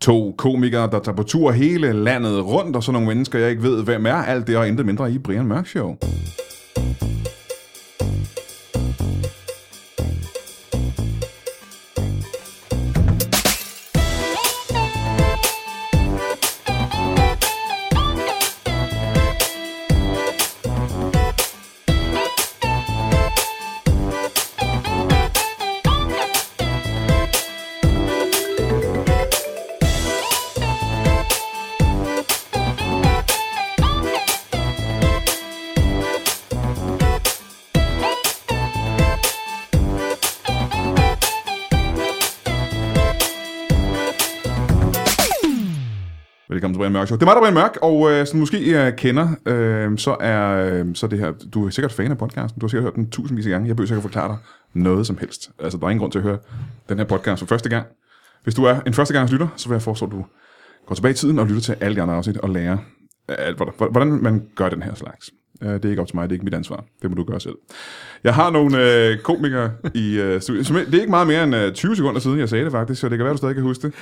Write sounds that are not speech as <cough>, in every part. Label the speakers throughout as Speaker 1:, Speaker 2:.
Speaker 1: To komikere, der tager på tur hele landet rundt, og så nogle mennesker, jeg ikke ved, hvem er. Alt det og intet mindre i Brian Mørk Show. Velkommen til Brian Mørk Show. Det er mig, der er Brian Mørk, og øh, som du måske øh, kender, øh, så er øh, så er det her... Du er sikkert fan af podcasten. Du har sikkert hørt den tusindvis af gange. Jeg behøver sikkert forklare dig noget som helst. Altså, der er ingen grund til at høre den her podcast for første gang. Hvis du er en førstegangslytter, så vil jeg foreslå, at du går tilbage i tiden og lytter til alle de andre afsnit og lærer, øh, hvordan hvordan man gør den her slags. Øh, Det er ikke op til mig, det er ikke mit ansvar. Det må du gøre selv. Jeg har nogle øh, komikere i øh, studiet. som- Det er ikke meget mere end øh, 20 sekunder siden, jeg sagde det faktisk, så det kan være, du stadig kan huske det.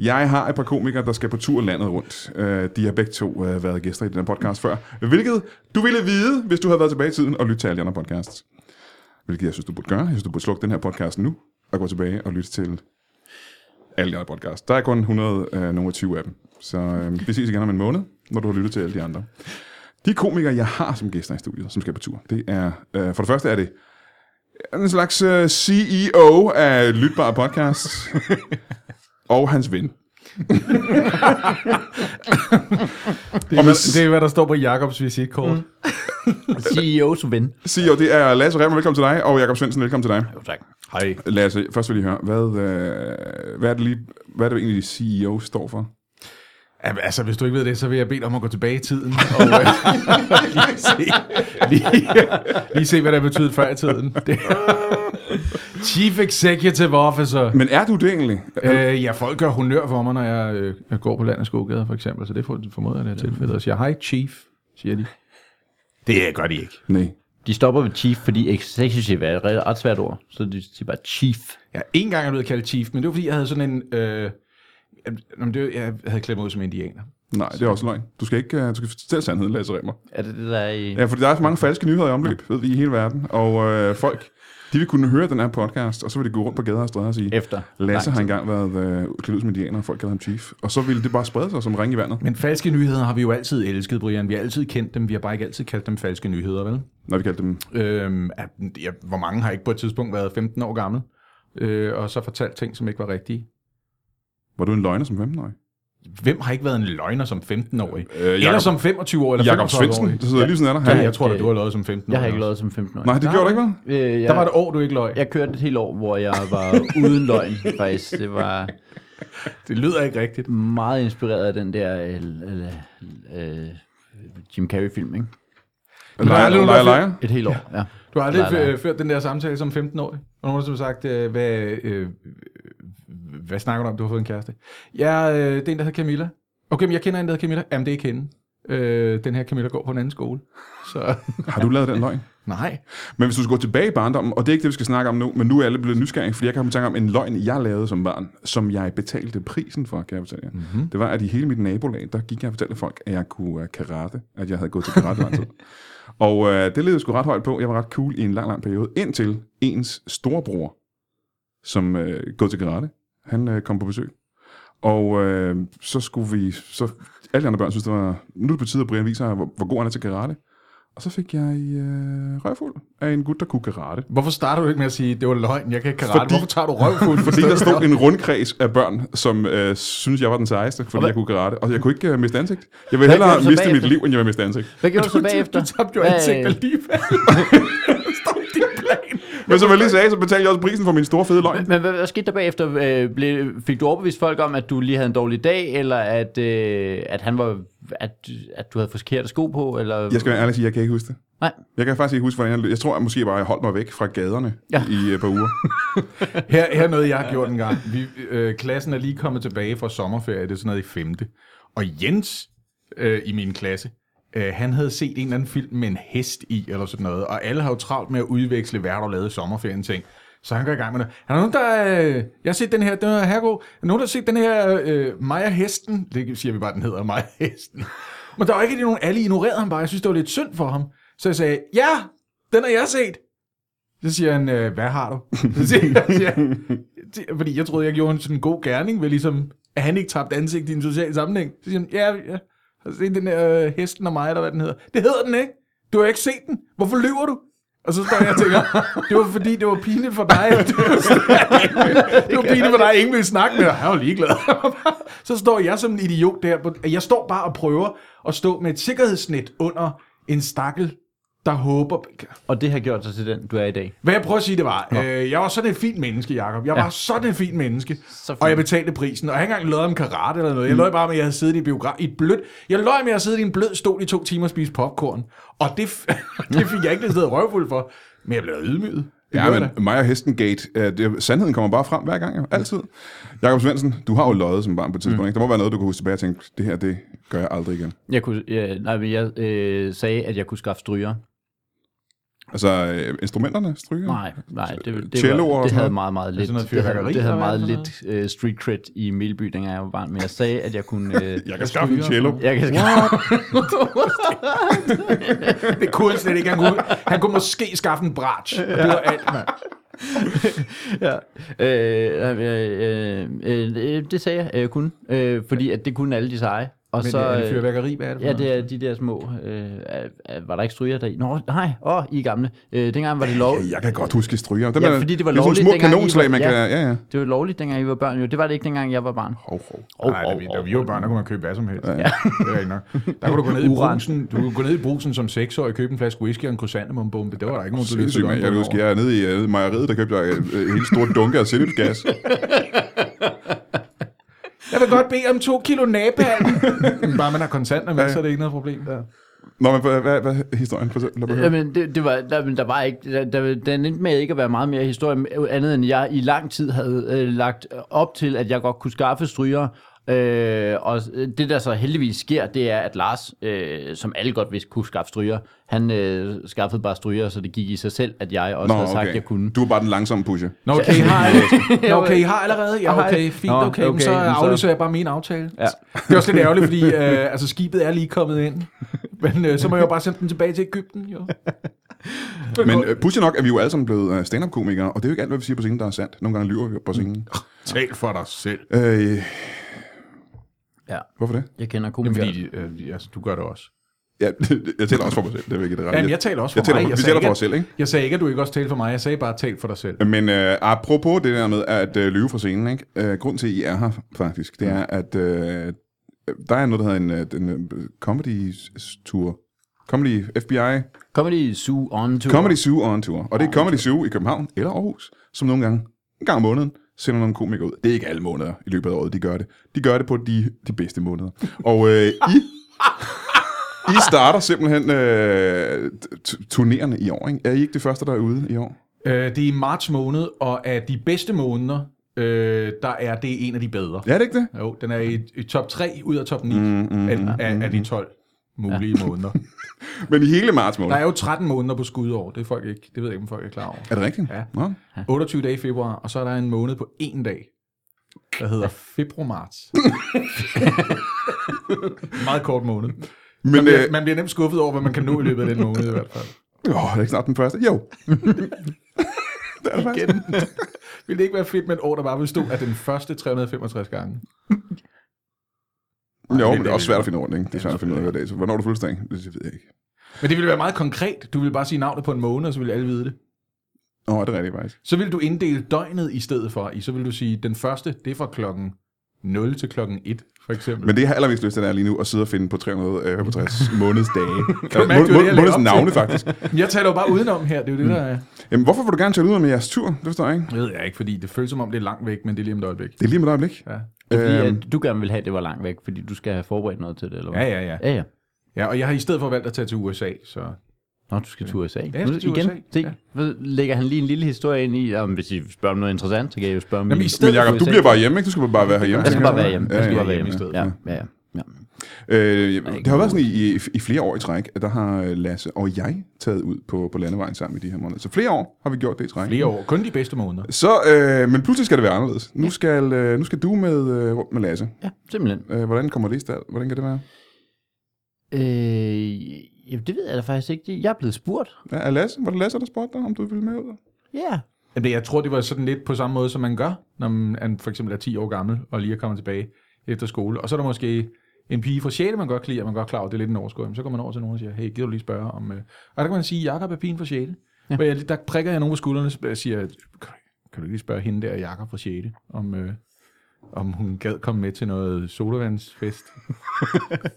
Speaker 1: Jeg har et par komikere, der skal på tur landet rundt. Øh, de har begge to øh, været gæster i den her podcast før. Hvilket du ville vide, hvis du havde været tilbage i tiden og lyttet til alle de andre podcasts. Hvilket jeg synes, du burde gøre. Jeg synes, du burde slukke den her podcast nu og gå tilbage og lytte til alle de andre podcasts. Der er kun 100, øh, nogle 20 af dem. Så øh, vi ses igen om en måned, når du har lyttet til alle de andre. De komikere, jeg har som gæster i studiet, som skal på tur, det er, øh, for det første er det en slags øh, CEO af Lytbare Podcast, og hans ven.
Speaker 2: Det er, hvad, det er, hvad der står på Jakobs visitkort. Mm.
Speaker 3: CEO's E ven.
Speaker 1: CEO, E det er Lasse Remmer, velkommen til dig, og Jakob Svendsen, velkommen til dig.
Speaker 3: Jo, tak.
Speaker 2: Hej.
Speaker 1: Lasse, først vil jeg lige høre, hvad, øh, hvad, er det lige, hvad er det egentlig, CEO står for?
Speaker 2: Jamen, altså, hvis du ikke ved det, så vil jeg bede dig om at gå tilbage i tiden og <laughs> øh, lige, se, lige, lige se, hvad det har betydet før i <laughs> tiden. Det, Chief Executive Officer.
Speaker 1: Men er du det egentlig?
Speaker 2: Øh, ja, folk gør honør for mig, når jeg, øh, jeg går på landets gågader, for eksempel. Så det for- formoder jeg, det er tilfældet. Og siger, hej, chief, siger de. Det gør de ikke.
Speaker 1: Nej.
Speaker 3: De stopper ved chief, fordi executive er et ret ret svært ord. Så de siger bare chief.
Speaker 2: Ja, en gang er jeg blevet kaldt chief, men det var, fordi jeg havde sådan en... Øh, jamen, det, var- jeg havde klædt mig ud som indianer.
Speaker 1: Nej, det er også løgn. Du skal ikke øh, du skal fortælle sandheden, Lasse Remmer.
Speaker 3: Er det det, der er i...
Speaker 1: Ja, fordi der er så mange falske nyheder i omløb, ved vi, i hele verden. Og øh, folk, de vil kunne høre den her podcast, og så vil de gå rundt på gader og stræder og sige,
Speaker 3: Efter.
Speaker 1: Lasse
Speaker 3: Nej.
Speaker 1: har engang været øh, klædt ud som indianer, og folk kalder ham chief. Og så ville det bare sprede sig som ring i vandet.
Speaker 2: Men falske nyheder har vi jo altid elsket, Brian. Vi har altid kendt dem. Vi har bare ikke altid kaldt dem falske nyheder, vel?
Speaker 1: Når vi kaldte dem...
Speaker 2: Øhm, at- ja, hvor mange har ikke på et tidspunkt været 15 år gammel, øh, og så fortalt ting, som ikke var rigtige?
Speaker 1: Var du en løgner som 15-årig?
Speaker 2: Hvem har ikke været en løgner som 15-årig?
Speaker 1: Øh, Jakob-
Speaker 2: eller som 25-årig, eller
Speaker 1: Jakob Svendsen,
Speaker 2: 25-årig?
Speaker 1: der sidder lige sådan af dig.
Speaker 2: Ja,
Speaker 1: Han-
Speaker 2: jeg tror da,
Speaker 3: ikke-
Speaker 2: du har løjet som 15-årig.
Speaker 3: Jeg har ikke løjet som 15 år.
Speaker 1: Nej, det gjorde du ikke, vel?
Speaker 3: Øh, jeg,
Speaker 2: Der var et år, du ikke løj.
Speaker 3: jeg kørte et helt år, hvor jeg var
Speaker 2: <laughs>
Speaker 3: uden løgn, faktisk. Det var
Speaker 2: Det lyder ikke rigtigt.
Speaker 3: meget inspireret af den der øh, øh, øh, Jim Carrey-film, ikke?
Speaker 1: Leger,
Speaker 2: aldrig nogen,
Speaker 1: leger,
Speaker 2: der-
Speaker 1: leger.
Speaker 3: Et helt år, ja.
Speaker 2: Du har aldrig
Speaker 3: Nej, nej.
Speaker 2: f- ført den der samtale som 15-årig? Og nogen, som har sagt, øh, hvad, øh, hvad snakker du om, du har fået en kæreste? Ja, øh, det er en, der hedder Camilla. Okay, men jeg kender en, der hedder Camilla. Jamen, det er ikke hende. Øh, den her Camilla går på en anden skole. Så
Speaker 1: Har du lavet den løgn?
Speaker 2: nej.
Speaker 1: Men hvis du skal gå tilbage i barndommen, og det er ikke det, vi skal snakke om nu, men nu er alle blevet nysgerrige, fordi jeg kan komme i tanke om en løgn, jeg lavede som barn, som jeg betalte prisen for, kan jeg fortælle jer. Mm-hmm. Det var, at i hele mit nabolag, der gik jeg og fortalte folk, at jeg kunne øh, karate, at jeg havde gået til karate lang tid. Og øh, det levede sgu ret højt på. Jeg var ret cool i en lang, lang periode, indtil ens storebror, som øh, gået til karate, han øh, kom på besøg. Og øh, så skulle vi, så alle de andre børn synes, det var, nu er det på tide, at Brian viser, hvor, hvor god han er til karate. Og så fik jeg øh, røvfuld af en gut, der kunne karate.
Speaker 2: Hvorfor starter du ikke med at sige, det var løgn, jeg kan ikke karate?
Speaker 1: Fordi-
Speaker 2: Fordi... Hvorfor tager du røvfuld?
Speaker 1: Fordi der stod en rundkreds af børn, som øh, synes jeg var den sejeste, fordi jeg kunne karate. Og jeg kunne ikke øh, miste ansigt. Jeg ville
Speaker 3: Hvad
Speaker 1: hellere
Speaker 3: gjorde du så
Speaker 1: miste mit
Speaker 3: bagefter?
Speaker 1: liv, end jeg ville miste ansigt.
Speaker 3: Hvad gjorde du så
Speaker 2: <laughs> <laughs>
Speaker 3: bagefter?
Speaker 2: Du tabte jo
Speaker 3: Hvad-
Speaker 2: ansigt alligevel. <laughs> Stop din plan.
Speaker 1: Men som jeg lige sagde, så betalte jeg også prisen for min store fede løgn.
Speaker 3: Men hvad, hvad skete der bagefter? Øh, blev, fik du overbevist folk om, at du lige havde en dårlig dag, eller at, øh, at, han var, at, at du havde forkerte sko på? Eller?
Speaker 1: Jeg skal være ærlig og sige, jeg kan ikke huske det.
Speaker 3: Nej.
Speaker 1: Jeg kan faktisk ikke huske, hvordan jeg lød. Jeg tror at måske bare, jeg holdt mig væk fra gaderne ja.
Speaker 3: Ja.
Speaker 1: i øh, et par uger.
Speaker 2: Her, her er noget, jeg har gjort en gang. Vi, øh, klassen er lige kommet tilbage fra sommerferie, det er sådan noget i femte. Og Jens øh, i min klasse, øh, han havde set en eller anden film med en hest i, eller sådan noget. Og alle har jo travlt med at udveksle, hvad har du lavet i sommerferien, ting. Så han går i gang med det. Er der nogen, der... Øh, jeg har set den her, den her herregård. Er der nogen, der har set den her øh, Maja Hesten? Det siger vi bare, den hedder Maja Hesten. Men der var ikke rigtig nogen, alle ignorerede ham bare. Jeg synes, det var lidt synd for ham. Så jeg sagde, ja, den har jeg set. Så siger han, øh, hvad har du? Så siger jeg, siger, han, "Det- fordi jeg troede, jeg gjorde en sådan god gerning, ved ligesom, at han ikke tabte ansigt i en social sammenhæng. Så siger han, ja, ja. Har du set den der øh, hesten og mig, eller hvad den hedder? Det hedder den ikke. Du har ikke set den. Hvorfor lyver du? Og så står jeg og tænker, det var fordi, <laughs> det var pinligt for dig. at du- det var pinligt for dig, at ingen ville snakke med dig. Han var ligeglad. <laughs> så står jeg som en idiot der. på- Jeg står bare og prøver at stå med et sikkerhedsnet under en stakkel, der håber...
Speaker 3: Og det har gjort sig til den, du er i dag.
Speaker 2: Hvad jeg prøver at sige, det var, øh, jeg var sådan et fint menneske, Jacob. Jeg var
Speaker 3: Ja.
Speaker 2: sådan et fint menneske.
Speaker 3: Så fint. Mm.
Speaker 2: Og jeg betalte prisen, og jeg har ikke engang løjet om karate eller noget. Jeg løj bare med, at jeg havde siddet i biograf i et blødt... Jeg løj med, at jeg havde siddet i en blød stol i to timer og spist popcorn. Og det, f- <laughs> det fik jeg ikke lidt stedet røvfuld for. Men jeg blev ydmyget. Det
Speaker 1: Ja,
Speaker 2: blev jeg da.
Speaker 1: men Maja Hestengate, øh, det, sandheden kommer bare frem hver gang, jo. altid. Jakob Svendsen, du har jo løjet som barn på et tidspunkt. Mm. Ikke? Der må være noget, du kan huske tilbage og tænke, det her, det gør jeg aldrig igen.
Speaker 3: Jeg, kunne, jeg, nej, men jeg øh, sagde, at jeg kunne skaffe stryger.
Speaker 1: Altså, øh, instrumenterne stryger?
Speaker 3: Nej, nej, det, det,
Speaker 1: Celloer
Speaker 3: var,
Speaker 1: og
Speaker 3: det
Speaker 1: sådan
Speaker 3: havde
Speaker 1: noget?
Speaker 3: meget, meget lidt.
Speaker 2: sådan Altså noget
Speaker 3: Det havde,
Speaker 2: fyrværkeri,
Speaker 3: det havde
Speaker 2: eller
Speaker 3: meget
Speaker 2: hvad er
Speaker 3: lidt øh, street cred i Melby, dengang jeg var barn. Men jeg sagde, at jeg kunne...
Speaker 1: <laughs>
Speaker 3: Øh,
Speaker 1: Jeg kan skaffe en
Speaker 2: stryger
Speaker 1: cello.
Speaker 2: og
Speaker 3: jeg kan
Speaker 2: Det kunne han slet ikke. Han kunne, han kunne måske skaffe en bratsch. Og det var alt, mand.
Speaker 3: <laughs> ja. øh, øh, øh, øh, det sagde jeg, at jeg kunne. Øh, fordi at det kunne alle de seje. Og
Speaker 2: Men
Speaker 3: så,
Speaker 2: så, er det
Speaker 3: øh,
Speaker 2: fyrværkeri, hvad er det for
Speaker 3: Ja, det er de der små... Øh, er- er- var der ikke stryger deri? Nå, nej. Åh, oh, I er gamle. Øh, dengang var det
Speaker 2: <laughs>
Speaker 3: lov.
Speaker 1: Jeg kan godt huske stryger. Dem
Speaker 3: Ja,
Speaker 1: er-
Speaker 3: fordi det var
Speaker 1: er sådan
Speaker 3: lovligt
Speaker 1: små
Speaker 3: dengang, I var-
Speaker 1: kanonslag, man kan...
Speaker 3: ja.
Speaker 1: Ja, ja.
Speaker 3: Det var lovligt, dengang I var børn. Jo, det var det ikke, dengang jeg var barn.
Speaker 1: Hov, hov.
Speaker 3: Oh,
Speaker 2: Nej, da vi, da vi var børn, der kunne man købe hvad som helst. Ja. Det er rigtigt nok. Der kunne du gå ned i
Speaker 3: Uran.
Speaker 2: brusen, du kunne gå ned i brusen som seksårig og købe en flaske whisky og en krysantemumbombe. Det var der ikke nogen, der
Speaker 1: Sindssygt, mand. Jeg kan huske, jeg er nede i øh, mejeriet, der købte jeg øh, øh, en helt stor dunke af sennepsgas.
Speaker 2: Jeg vil godt bede om to kilo <laughs> napalm. Bare man har kontanter med, så er det ikke noget problem. Ja.
Speaker 1: Nå, men hvad, hvad, hvad er historien? Prøv at se, lad mig høre.
Speaker 3: Jamen, det, det var, der, men der var ikke, der, der, den endte med ikke at være meget mere historie, øh, andet end jeg i lang tid havde øh, lagt op til, at jeg godt kunne skaffe stryger. Øh, og det, der så heldigvis sker, det er, at Lars, øh, som alle godt vidste kunne skaffe stryger, han øh, skaffede bare stryger, så det gik i sig selv, at jeg også Nå, havde sagt, at jeg kunne.
Speaker 1: Du er bare den langsomme pusher.
Speaker 2: Nå, okay, I <laughs> har, Nå, okay, I har allerede. Ja,
Speaker 3: Hej.
Speaker 2: okay, fint,
Speaker 3: Nå,
Speaker 2: okay. Men så
Speaker 3: okay, men så-
Speaker 2: aflyser jeg bare min aftale.
Speaker 3: Ja.
Speaker 2: Det er også lidt ærgerligt, fordi øh, altså, skibet er lige kommet ind. Men øh, så må jeg jo bare sende den tilbage til Ægypten. Jo.
Speaker 1: Men øh, pusher nok er vi jo alle sammen blevet øh, stand-up-komikere, og det er jo ikke alt, hvad vi siger på scenen, der er sandt. Nogle gange lyver vi på scenen.
Speaker 2: Mm. Tal for dig selv.
Speaker 1: Øh,
Speaker 3: Ja.
Speaker 1: hvorfor det?
Speaker 3: Jeg kender
Speaker 2: Jamen,
Speaker 3: komikere.
Speaker 2: fordi øh, altså, du gør det også.
Speaker 1: Ja, <laughs> jeg taler også for mig selv, det er virkelig det
Speaker 2: Jamen,
Speaker 1: rigtige.
Speaker 2: jeg taler også for
Speaker 1: Jeg taler,
Speaker 2: mig.
Speaker 1: for, vi
Speaker 2: sagde
Speaker 1: taler
Speaker 2: ikke,
Speaker 1: for os selv, ikke?
Speaker 2: Jeg sagde ikke, at du ikke også talte for mig. Jeg sagde bare, tal for dig selv.
Speaker 1: Men øh, apropos det der med at øh, lyve fra scenen, ikke? Øh, grunden til, at I er her faktisk, det er, at øh, der er noget, der hedder en, øh, en øh, comedy-tour. Comedy FBI.
Speaker 3: Comedy Zoo On Tour.
Speaker 1: Comedy Zoo on tour. Og det er Comedy Zoo i København eller Aarhus, som nogle gange, en gang om måneden, sender nogle komikere ud. Det er ikke alle måneder i løbet af året, de gør det. De gør det på de, de bedste måneder. Og øh, I, I starter simpelthen øh, t- turnerende i år, ikke? Er I ikke det første, der er ude i år?
Speaker 2: Øh, det er i marts måned, og af de bedste måneder, øh, der er det en af de bedre.
Speaker 1: Ja, er det ikke det?
Speaker 2: Jo, den er i, i top 3 ud af top 9 mm, mm, af, af, af de 12
Speaker 1: <laughs>
Speaker 2: mulige ja. måneder.
Speaker 1: Men i hele marts måned.
Speaker 2: Der er jo 13 måneder på skudår. Det, er folk ikke, det ved jeg ikke, om folk er klar over.
Speaker 1: Er det rigtigt?
Speaker 2: Ja.
Speaker 1: Nå.
Speaker 2: 28 dage i februar, og så er der en måned på en dag, der hedder
Speaker 1: <laughs>
Speaker 2: februarmarts. Meget kort måned. Men, man,
Speaker 1: Men
Speaker 2: bliver,
Speaker 1: øh,
Speaker 2: øh... man bliver nemt skuffet over, hvad man kan nå i løbet af den måned i hvert fald.
Speaker 1: åh, er det ikke snart den første? Jo. det er det faktisk.
Speaker 2: Vil det ikke være fedt med et år, der bare bestod af den første 365 gange?
Speaker 1: Jo, men
Speaker 2: det
Speaker 1: det er
Speaker 2: er
Speaker 1: også svært at finde ordning. Det er svært at finde ud af hver dag. Så hvornår er du fødselsdag? Det ved jeg ikke.
Speaker 2: Men det ville være meget konkret. Du ville bare sige navnet på en måned, og så ville alle vide det.
Speaker 1: Åh, er det rigtigt faktisk?
Speaker 2: Så vil du inddele døgnet i stedet for. I så vil du sige, den første, det er fra klokken 0 til klokken 1, for eksempel.
Speaker 1: Men det, jeg har allermest lyst til, det er lige nu at sidde og finde på 365 månedsdage.
Speaker 2: du mærke, det var det, jeg lagde
Speaker 1: måneds
Speaker 2: op til?
Speaker 1: navne, faktisk.
Speaker 2: Men jeg taler jo bare udenom her, det er jo det, der er.
Speaker 1: Jamen, hvorfor vil du gerne tage ud med jeres tur? Det forstår jeg ikke.
Speaker 2: Det ved jeg ikke, fordi det føles som om, det er langt væk, men det er lige om et øjeblik.
Speaker 1: Det er lige med et øjeblik.
Speaker 2: Ja,
Speaker 3: Fordi,
Speaker 1: Øhm,
Speaker 3: at du gerne vil have, at det var langt væk, fordi du skal have forberedt noget til det, eller hvad?
Speaker 2: ja, ja. ja.
Speaker 3: ja. ja.
Speaker 2: ja og jeg har i stedet for valgt at tage til USA, så...
Speaker 3: Nå, du skal til USA.
Speaker 2: jeg skal til
Speaker 3: igen,
Speaker 2: USA,
Speaker 3: Se,
Speaker 2: ja.
Speaker 3: ved- lægger han lige en lille historie ind i, om hvis I spørger om noget interessant, så kan jeg jo spørge om
Speaker 2: Jamen,
Speaker 3: I-
Speaker 2: i stedet
Speaker 1: Men Jacob,
Speaker 3: for
Speaker 1: du
Speaker 3: USA.
Speaker 1: bliver bare hjemme, ikke? Du skal bare være herhjemme.
Speaker 3: Jeg skal bare være hjemme.
Speaker 1: Ja,
Speaker 3: Jeg skal
Speaker 1: ja,
Speaker 3: bare være
Speaker 1: ja.
Speaker 2: ja,
Speaker 3: hjemme.
Speaker 2: ja.
Speaker 3: Ja, ja, ja. Ja.
Speaker 1: Øh,
Speaker 3: ikke
Speaker 1: det har været sådan i, i, i flere år i træk, at der har øh, Lasse og jeg taget ud på, på landevejen sammen i de her måneder. Så flere år har vi gjort det i træk.
Speaker 2: Flere år. Kun de bedste måneder.
Speaker 1: Så, øh, men pludselig skal det være anderledes. Nu skal, øh, nu skal du med, øh, rundt med Lasse.
Speaker 3: ja, simpelthen.
Speaker 1: Øh, hvordan kommer det i stand? Hvordan kan det være?
Speaker 3: Øh, jamen, det ved jeg da faktisk ikke. Jeg er blevet spurgt.
Speaker 1: Ja, er Lasse, var det Lasse, der spurgte dig, om du ville med ud?
Speaker 3: Ja. Yeah.
Speaker 2: Jamen, jeg tror, det var sådan lidt på samme måde, som man gør, når man for eksempel er 10 år gammel og lige er kommet tilbage efter skole. Og så er der måske en pige fra 6. man godt kan lide, og man er godt klar over, det er lidt en overskud. Men så går man over til nogen og siger, hey, gider du lige spørge om... øh, Og der kan man sige, Jakob er pigen fra 6. Ja. Hvor jeg, der prikker jeg nogen på skuldrene og siger, kan kan du lige spørge hende der, Jakob fra 6. om... Øh, om hun gad komme med til noget sodavandsfest. <laughs>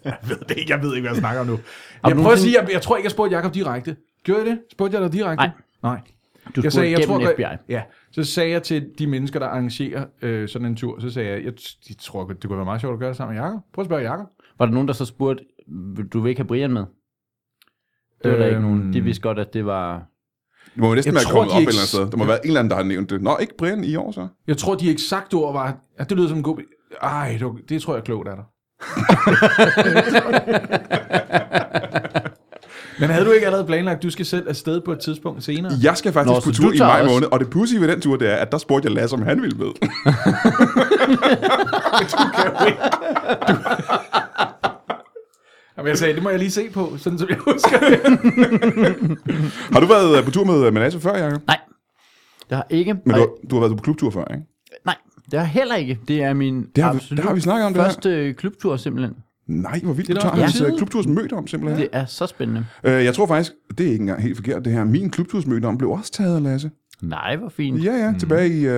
Speaker 2: jeg, ved det ikke, jeg ved ikke, hvad jeg snakker om nu. Jeg prøver at sige, jeg, jeg tror ikke, jeg spurgte Jakob direkte. Gjorde jeg det? Spurgte jeg dig direkte?
Speaker 3: Nej.
Speaker 2: Nej
Speaker 3: Du
Speaker 2: jeg
Speaker 3: spurgte
Speaker 2: sagde, jeg tror,
Speaker 3: gennem
Speaker 2: godt-
Speaker 3: FBI.
Speaker 2: Ja, så sagde jeg til de mennesker, der arrangerer øh, sådan en tur, så sagde jeg, jeg, jeg tror, godt, det kunne være meget sjovt at gøre det sammen med Jacob. Prøv at spørge Jacob.
Speaker 3: Var der nogen, der så spurgte, du vil ikke have Brian med? Det var øhm, der ikke nogen. De vidste godt, at det var...
Speaker 1: Det må jo næsten
Speaker 2: Jeg
Speaker 1: være
Speaker 2: tror,
Speaker 1: kommet
Speaker 2: de
Speaker 1: op et
Speaker 2: ikke-
Speaker 1: eller andet sted. Der må være en eller anden, der har nævnt det. Nå, ikke Brian i år så?
Speaker 2: Jeg tror, de eksakte ord var, at det lyder som en god... Ej, det, var, det tror jeg er klogt af dig. <laughs> Men havde du ikke allerede planlagt, at du skal selv afsted på et tidspunkt senere?
Speaker 1: Jeg skal faktisk
Speaker 3: Nå,
Speaker 1: Nå, på
Speaker 3: så
Speaker 1: tur
Speaker 3: du
Speaker 1: i
Speaker 3: tager
Speaker 1: maj
Speaker 3: også-
Speaker 1: måned, og det pussy ved den tur, det er, at der spurgte jeg Lasse, om han ville
Speaker 2: <laughs>
Speaker 1: med.
Speaker 2: Jamen, jeg sagde, det må jeg lige se på, sådan som jeg husker det.
Speaker 1: har du været øh, på tur med, med Lasse før, Jacob?
Speaker 3: Nej, det har ikke.
Speaker 1: Men
Speaker 3: Og-
Speaker 1: du, har- du har været på klubtur før, ikke?
Speaker 3: Nej, det har jeg heller ikke. Det er min
Speaker 1: Det har, vi,
Speaker 3: absolut
Speaker 1: det har vi snakket om, det her.
Speaker 3: første øh, klubtur simpelthen.
Speaker 1: Nej, hvor vildt.
Speaker 2: Det
Speaker 1: Du
Speaker 2: er da
Speaker 1: tager
Speaker 2: også på
Speaker 1: hans
Speaker 2: tide.
Speaker 1: øh, klubturs møde om, simpelthen.
Speaker 3: Det er så spændende.
Speaker 1: Øh, jeg tror faktisk, det er ikke engang helt forkert det her. Min klubturs møde om blev også taget af Lasse.
Speaker 3: Nej, hvor fint.
Speaker 1: Ja, ja, tilbage i
Speaker 2: var-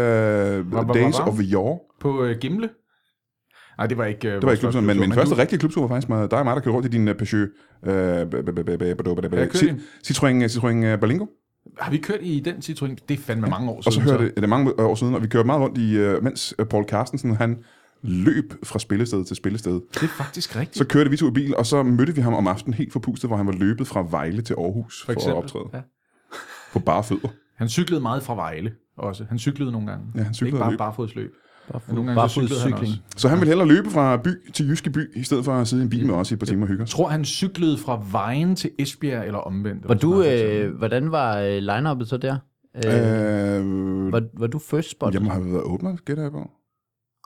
Speaker 1: uh,
Speaker 2: var-
Speaker 1: Days
Speaker 2: var?
Speaker 1: of Yore.
Speaker 2: På øh, Gimle? Nej, det var ikke... Øh,
Speaker 1: Det var ikke klubturen, men min første rigtige klubtur var faktisk med dig og mig, der kørte rundt i din øh, Peugeot. øh, b- b- b- b- b- b- b-
Speaker 2: Ja, kørte
Speaker 1: Cit- Citroën, øh, Citroën øh, Berlingo.
Speaker 2: Har vi kørt i den Citroën? Det er fandme mange år siden.
Speaker 1: Og så hørte det, det er mange øh, år siden, og vi kørte meget rundt i, øh, mens øh, Paul Carstensen, han løb fra spillested til spillested.
Speaker 2: Det er faktisk rigtigt.
Speaker 1: Så kørte vi to i bil, og så mødte vi ham om aftenen helt forpustet, hvor han var løbet fra Vejle til Aarhus for, for at optræde
Speaker 2: Ja.
Speaker 1: på bare fødder.
Speaker 2: Han cyklede meget fra Vejle også. Han cyklede nogle gange.
Speaker 1: Ja, han cyklede
Speaker 2: Ikke
Speaker 1: og
Speaker 2: bare
Speaker 1: løb.
Speaker 2: barfodsløb. Men
Speaker 3: Bare,
Speaker 2: nogle gange så cyklede han også.
Speaker 1: Så han ville hellere løbe fra by til Jyske By, i stedet for at sidde i en bil med os i et par timer og hygge
Speaker 2: Jeg
Speaker 1: os.
Speaker 2: tror, han cyklede fra Vejen til Esbjerg eller omvendt.
Speaker 3: Var du, øh, hvordan var øh, line-uppet så der? Øh,
Speaker 1: Øh,
Speaker 3: var, var du first spot?
Speaker 1: jeg må have været åbner, gætter jeg på.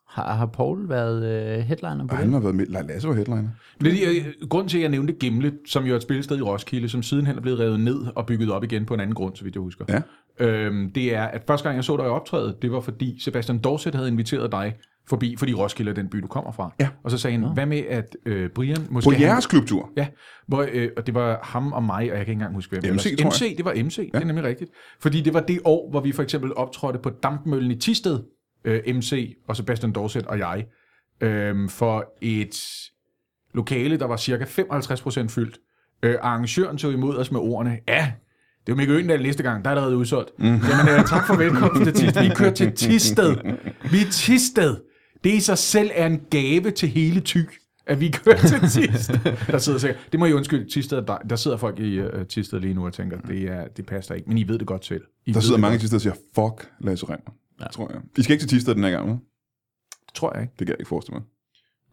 Speaker 3: Har, har Paul været øh, headliner på
Speaker 1: Og
Speaker 3: det?
Speaker 1: han har været med. Nej, Lasse var headliner.
Speaker 2: Lidt, øh, grunden til, at jeg nævnte Gimle, som jo er et spillested i Roskilde, som sidenhen er blevet revet ned og bygget op igen på en anden grund, så vidt jeg husker.
Speaker 1: Ja.
Speaker 2: Øhm, det er, at første gang jeg så dig optræde, det var fordi Sebastian Dorset havde inviteret dig forbi, fordi Roskilde er den by, du kommer fra.
Speaker 1: Ja.
Speaker 2: Og så sagde han, hvad med at øh, Brian... Måske
Speaker 1: På
Speaker 2: han-
Speaker 1: jeres klubtur.
Speaker 2: Ja, hvor, øh, og det var ham og mig, og jeg kan ikke engang huske, hvem
Speaker 1: MC,
Speaker 2: ellers.
Speaker 1: tror
Speaker 2: MC, det var MC, ja. det er nemlig rigtigt. Fordi det var det år, hvor vi for eksempel optrådte på Dampmøllen i Tisted, øh, MC og Sebastian Dorset og jeg, øh, for et lokale, der var cirka 55% fyldt. Øh, arrangøren tog imod os med ordene, ja, det er jo Mikke Øgendal næste gang, der er allerede udsolgt. Mm.
Speaker 1: Mhm.
Speaker 2: Jamen, øh, tak for velkomsten til Tisted. Vi kører til Tisted. Vi er Tisted. Det i sig selv er en gave til hele Thy, at vi kører til Tisted. Der sidder sikkert, det må I undskylde, Tisted, er dej- der sidder folk i uh, Tisted lige nu og tænker, det, er, det passer ikke, men I ved det godt selv. I
Speaker 1: Der
Speaker 2: ved
Speaker 1: sidder
Speaker 2: det
Speaker 1: mange
Speaker 2: godt.
Speaker 1: til og siger, fuck Lasse Remmer, ja. tror jeg. I skal ikke til Tisted den her gang, vel?
Speaker 2: Tror jeg ikke.
Speaker 1: Det kan jeg ikke forestille mig.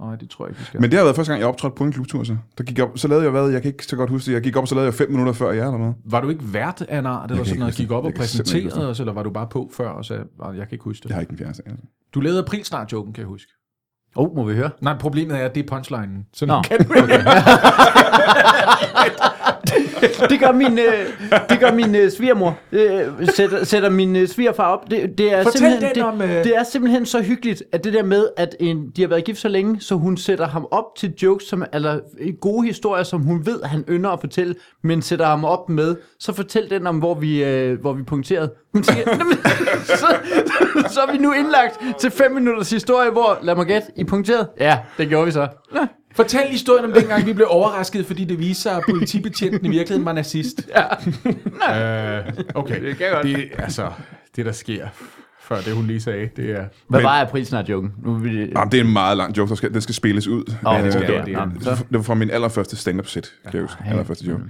Speaker 2: Nej, det tror jeg ikke, vi skal.
Speaker 1: Men det har været første gang, jeg optrådte på en klubtur, så. Der gik jeg op, så lavede jeg hvad, jeg kan ikke så godt huske det. Jeg gik op, og så lavede jeg fem minutter før jer eller noget.
Speaker 2: Var du ikke vært af en art,
Speaker 1: kan
Speaker 2: eller sådan
Speaker 1: ikke
Speaker 2: noget,
Speaker 1: huske
Speaker 2: gik
Speaker 1: det.
Speaker 2: op og
Speaker 1: Jeg kan simpelthen ikke huske
Speaker 2: præsenterede os, eller var du bare på før og sagde, "Ej, jeg kan ikke huske
Speaker 1: Jeg
Speaker 2: det.
Speaker 1: har ikke en fjerde sag. Altså.
Speaker 2: Du lavede aprilsnart-joken, kan jeg huske.
Speaker 3: Åh, oh, må vi høre?
Speaker 2: Nej, problemet er, at det er punchlinen. Så
Speaker 3: Nå.
Speaker 2: nu kan du ikke.
Speaker 3: Det gør min, øh, det gør min øh, svigermor. Øh, sætter, sætter min øh, svigerfar op. Det, det, er
Speaker 2: Fortæl
Speaker 3: simpelthen,
Speaker 2: den
Speaker 3: det,
Speaker 2: om, øh-
Speaker 3: det er simpelthen så hyggeligt, at det der med, at en, de har været gift så længe, så hun sætter ham op til jokes, som, eller øh, gode historier, som hun ved, han ynder at fortælle, men sætter ham op med. Så fortæl den om, hvor vi, øh, hvor vi punkterede. Hun siger, "Nå, men, <laughs> så, så er vi nu indlagt til fem minutters historie, hvor, lad mig gætte, I punkterede? Ja, det gjorde vi så. Nå,
Speaker 2: <laughs> Fortæl historien om dengang, vi blev overrasket, fordi det viste sig, at politibetjenten i virkeligheden var
Speaker 1: <laughs>
Speaker 2: nazist.
Speaker 3: Ja.
Speaker 2: øh, okay. Det kan godt. Det, altså, det der sker før det, hun lige sagde, det er...
Speaker 3: Hvad
Speaker 1: Men-
Speaker 3: var aprilsnart-joken? Nu vil det...
Speaker 1: Jamen, det er en meget lang joke, der skal, den skal spilles ud.
Speaker 3: Nå,
Speaker 1: Øh,
Speaker 3: det skal
Speaker 2: det-
Speaker 3: jeg.
Speaker 2: det-
Speaker 3: Nå,
Speaker 1: det,
Speaker 3: så-
Speaker 1: var- det var fra min allerførste stand-up set, kan jeg huske.
Speaker 3: ja.
Speaker 1: Allerførste joke.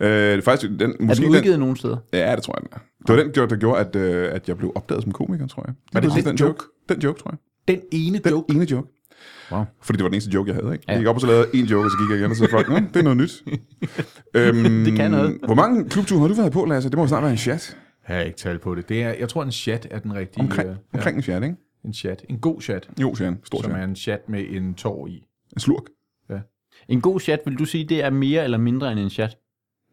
Speaker 1: Øh, det er faktisk den,
Speaker 3: Er
Speaker 1: måske
Speaker 3: den udgivet nogen steder?
Speaker 1: Den, ja, det tror jeg, den er. Det var den joke, der gjorde, at, øh, at jeg blev opdaget som komiker, tror jeg. Var
Speaker 2: det den joke?
Speaker 1: Den joke, tror jeg.
Speaker 2: Den ene
Speaker 1: Den
Speaker 2: joke.
Speaker 1: ene joke.
Speaker 3: Wow.
Speaker 1: Fordi det var den eneste joke, jeg havde. Ikke? Ja.
Speaker 3: Ja.
Speaker 1: Jeg gik op og så lavede en joke, og så gik jeg igen, og så folk, "Nå, det er noget
Speaker 3: <laughs>
Speaker 1: nyt. øhm,
Speaker 3: Det kan noget.
Speaker 1: Hvor mange klubture har du været på, Lasse? Det må jo snart være en chat.
Speaker 2: Jeg har ikke tal på det. det er, jeg tror, en chat er den rigtige.
Speaker 1: Omkring,
Speaker 2: øh,
Speaker 1: omkring en chat, ikke?
Speaker 2: Ja, en chat. En god chat,
Speaker 1: Jo, siger han. Stor
Speaker 2: som
Speaker 1: chat.
Speaker 2: er en chat med en tår i.
Speaker 1: En slurk.
Speaker 3: En god chat, vil du sige, det er mere eller mindre end en chat?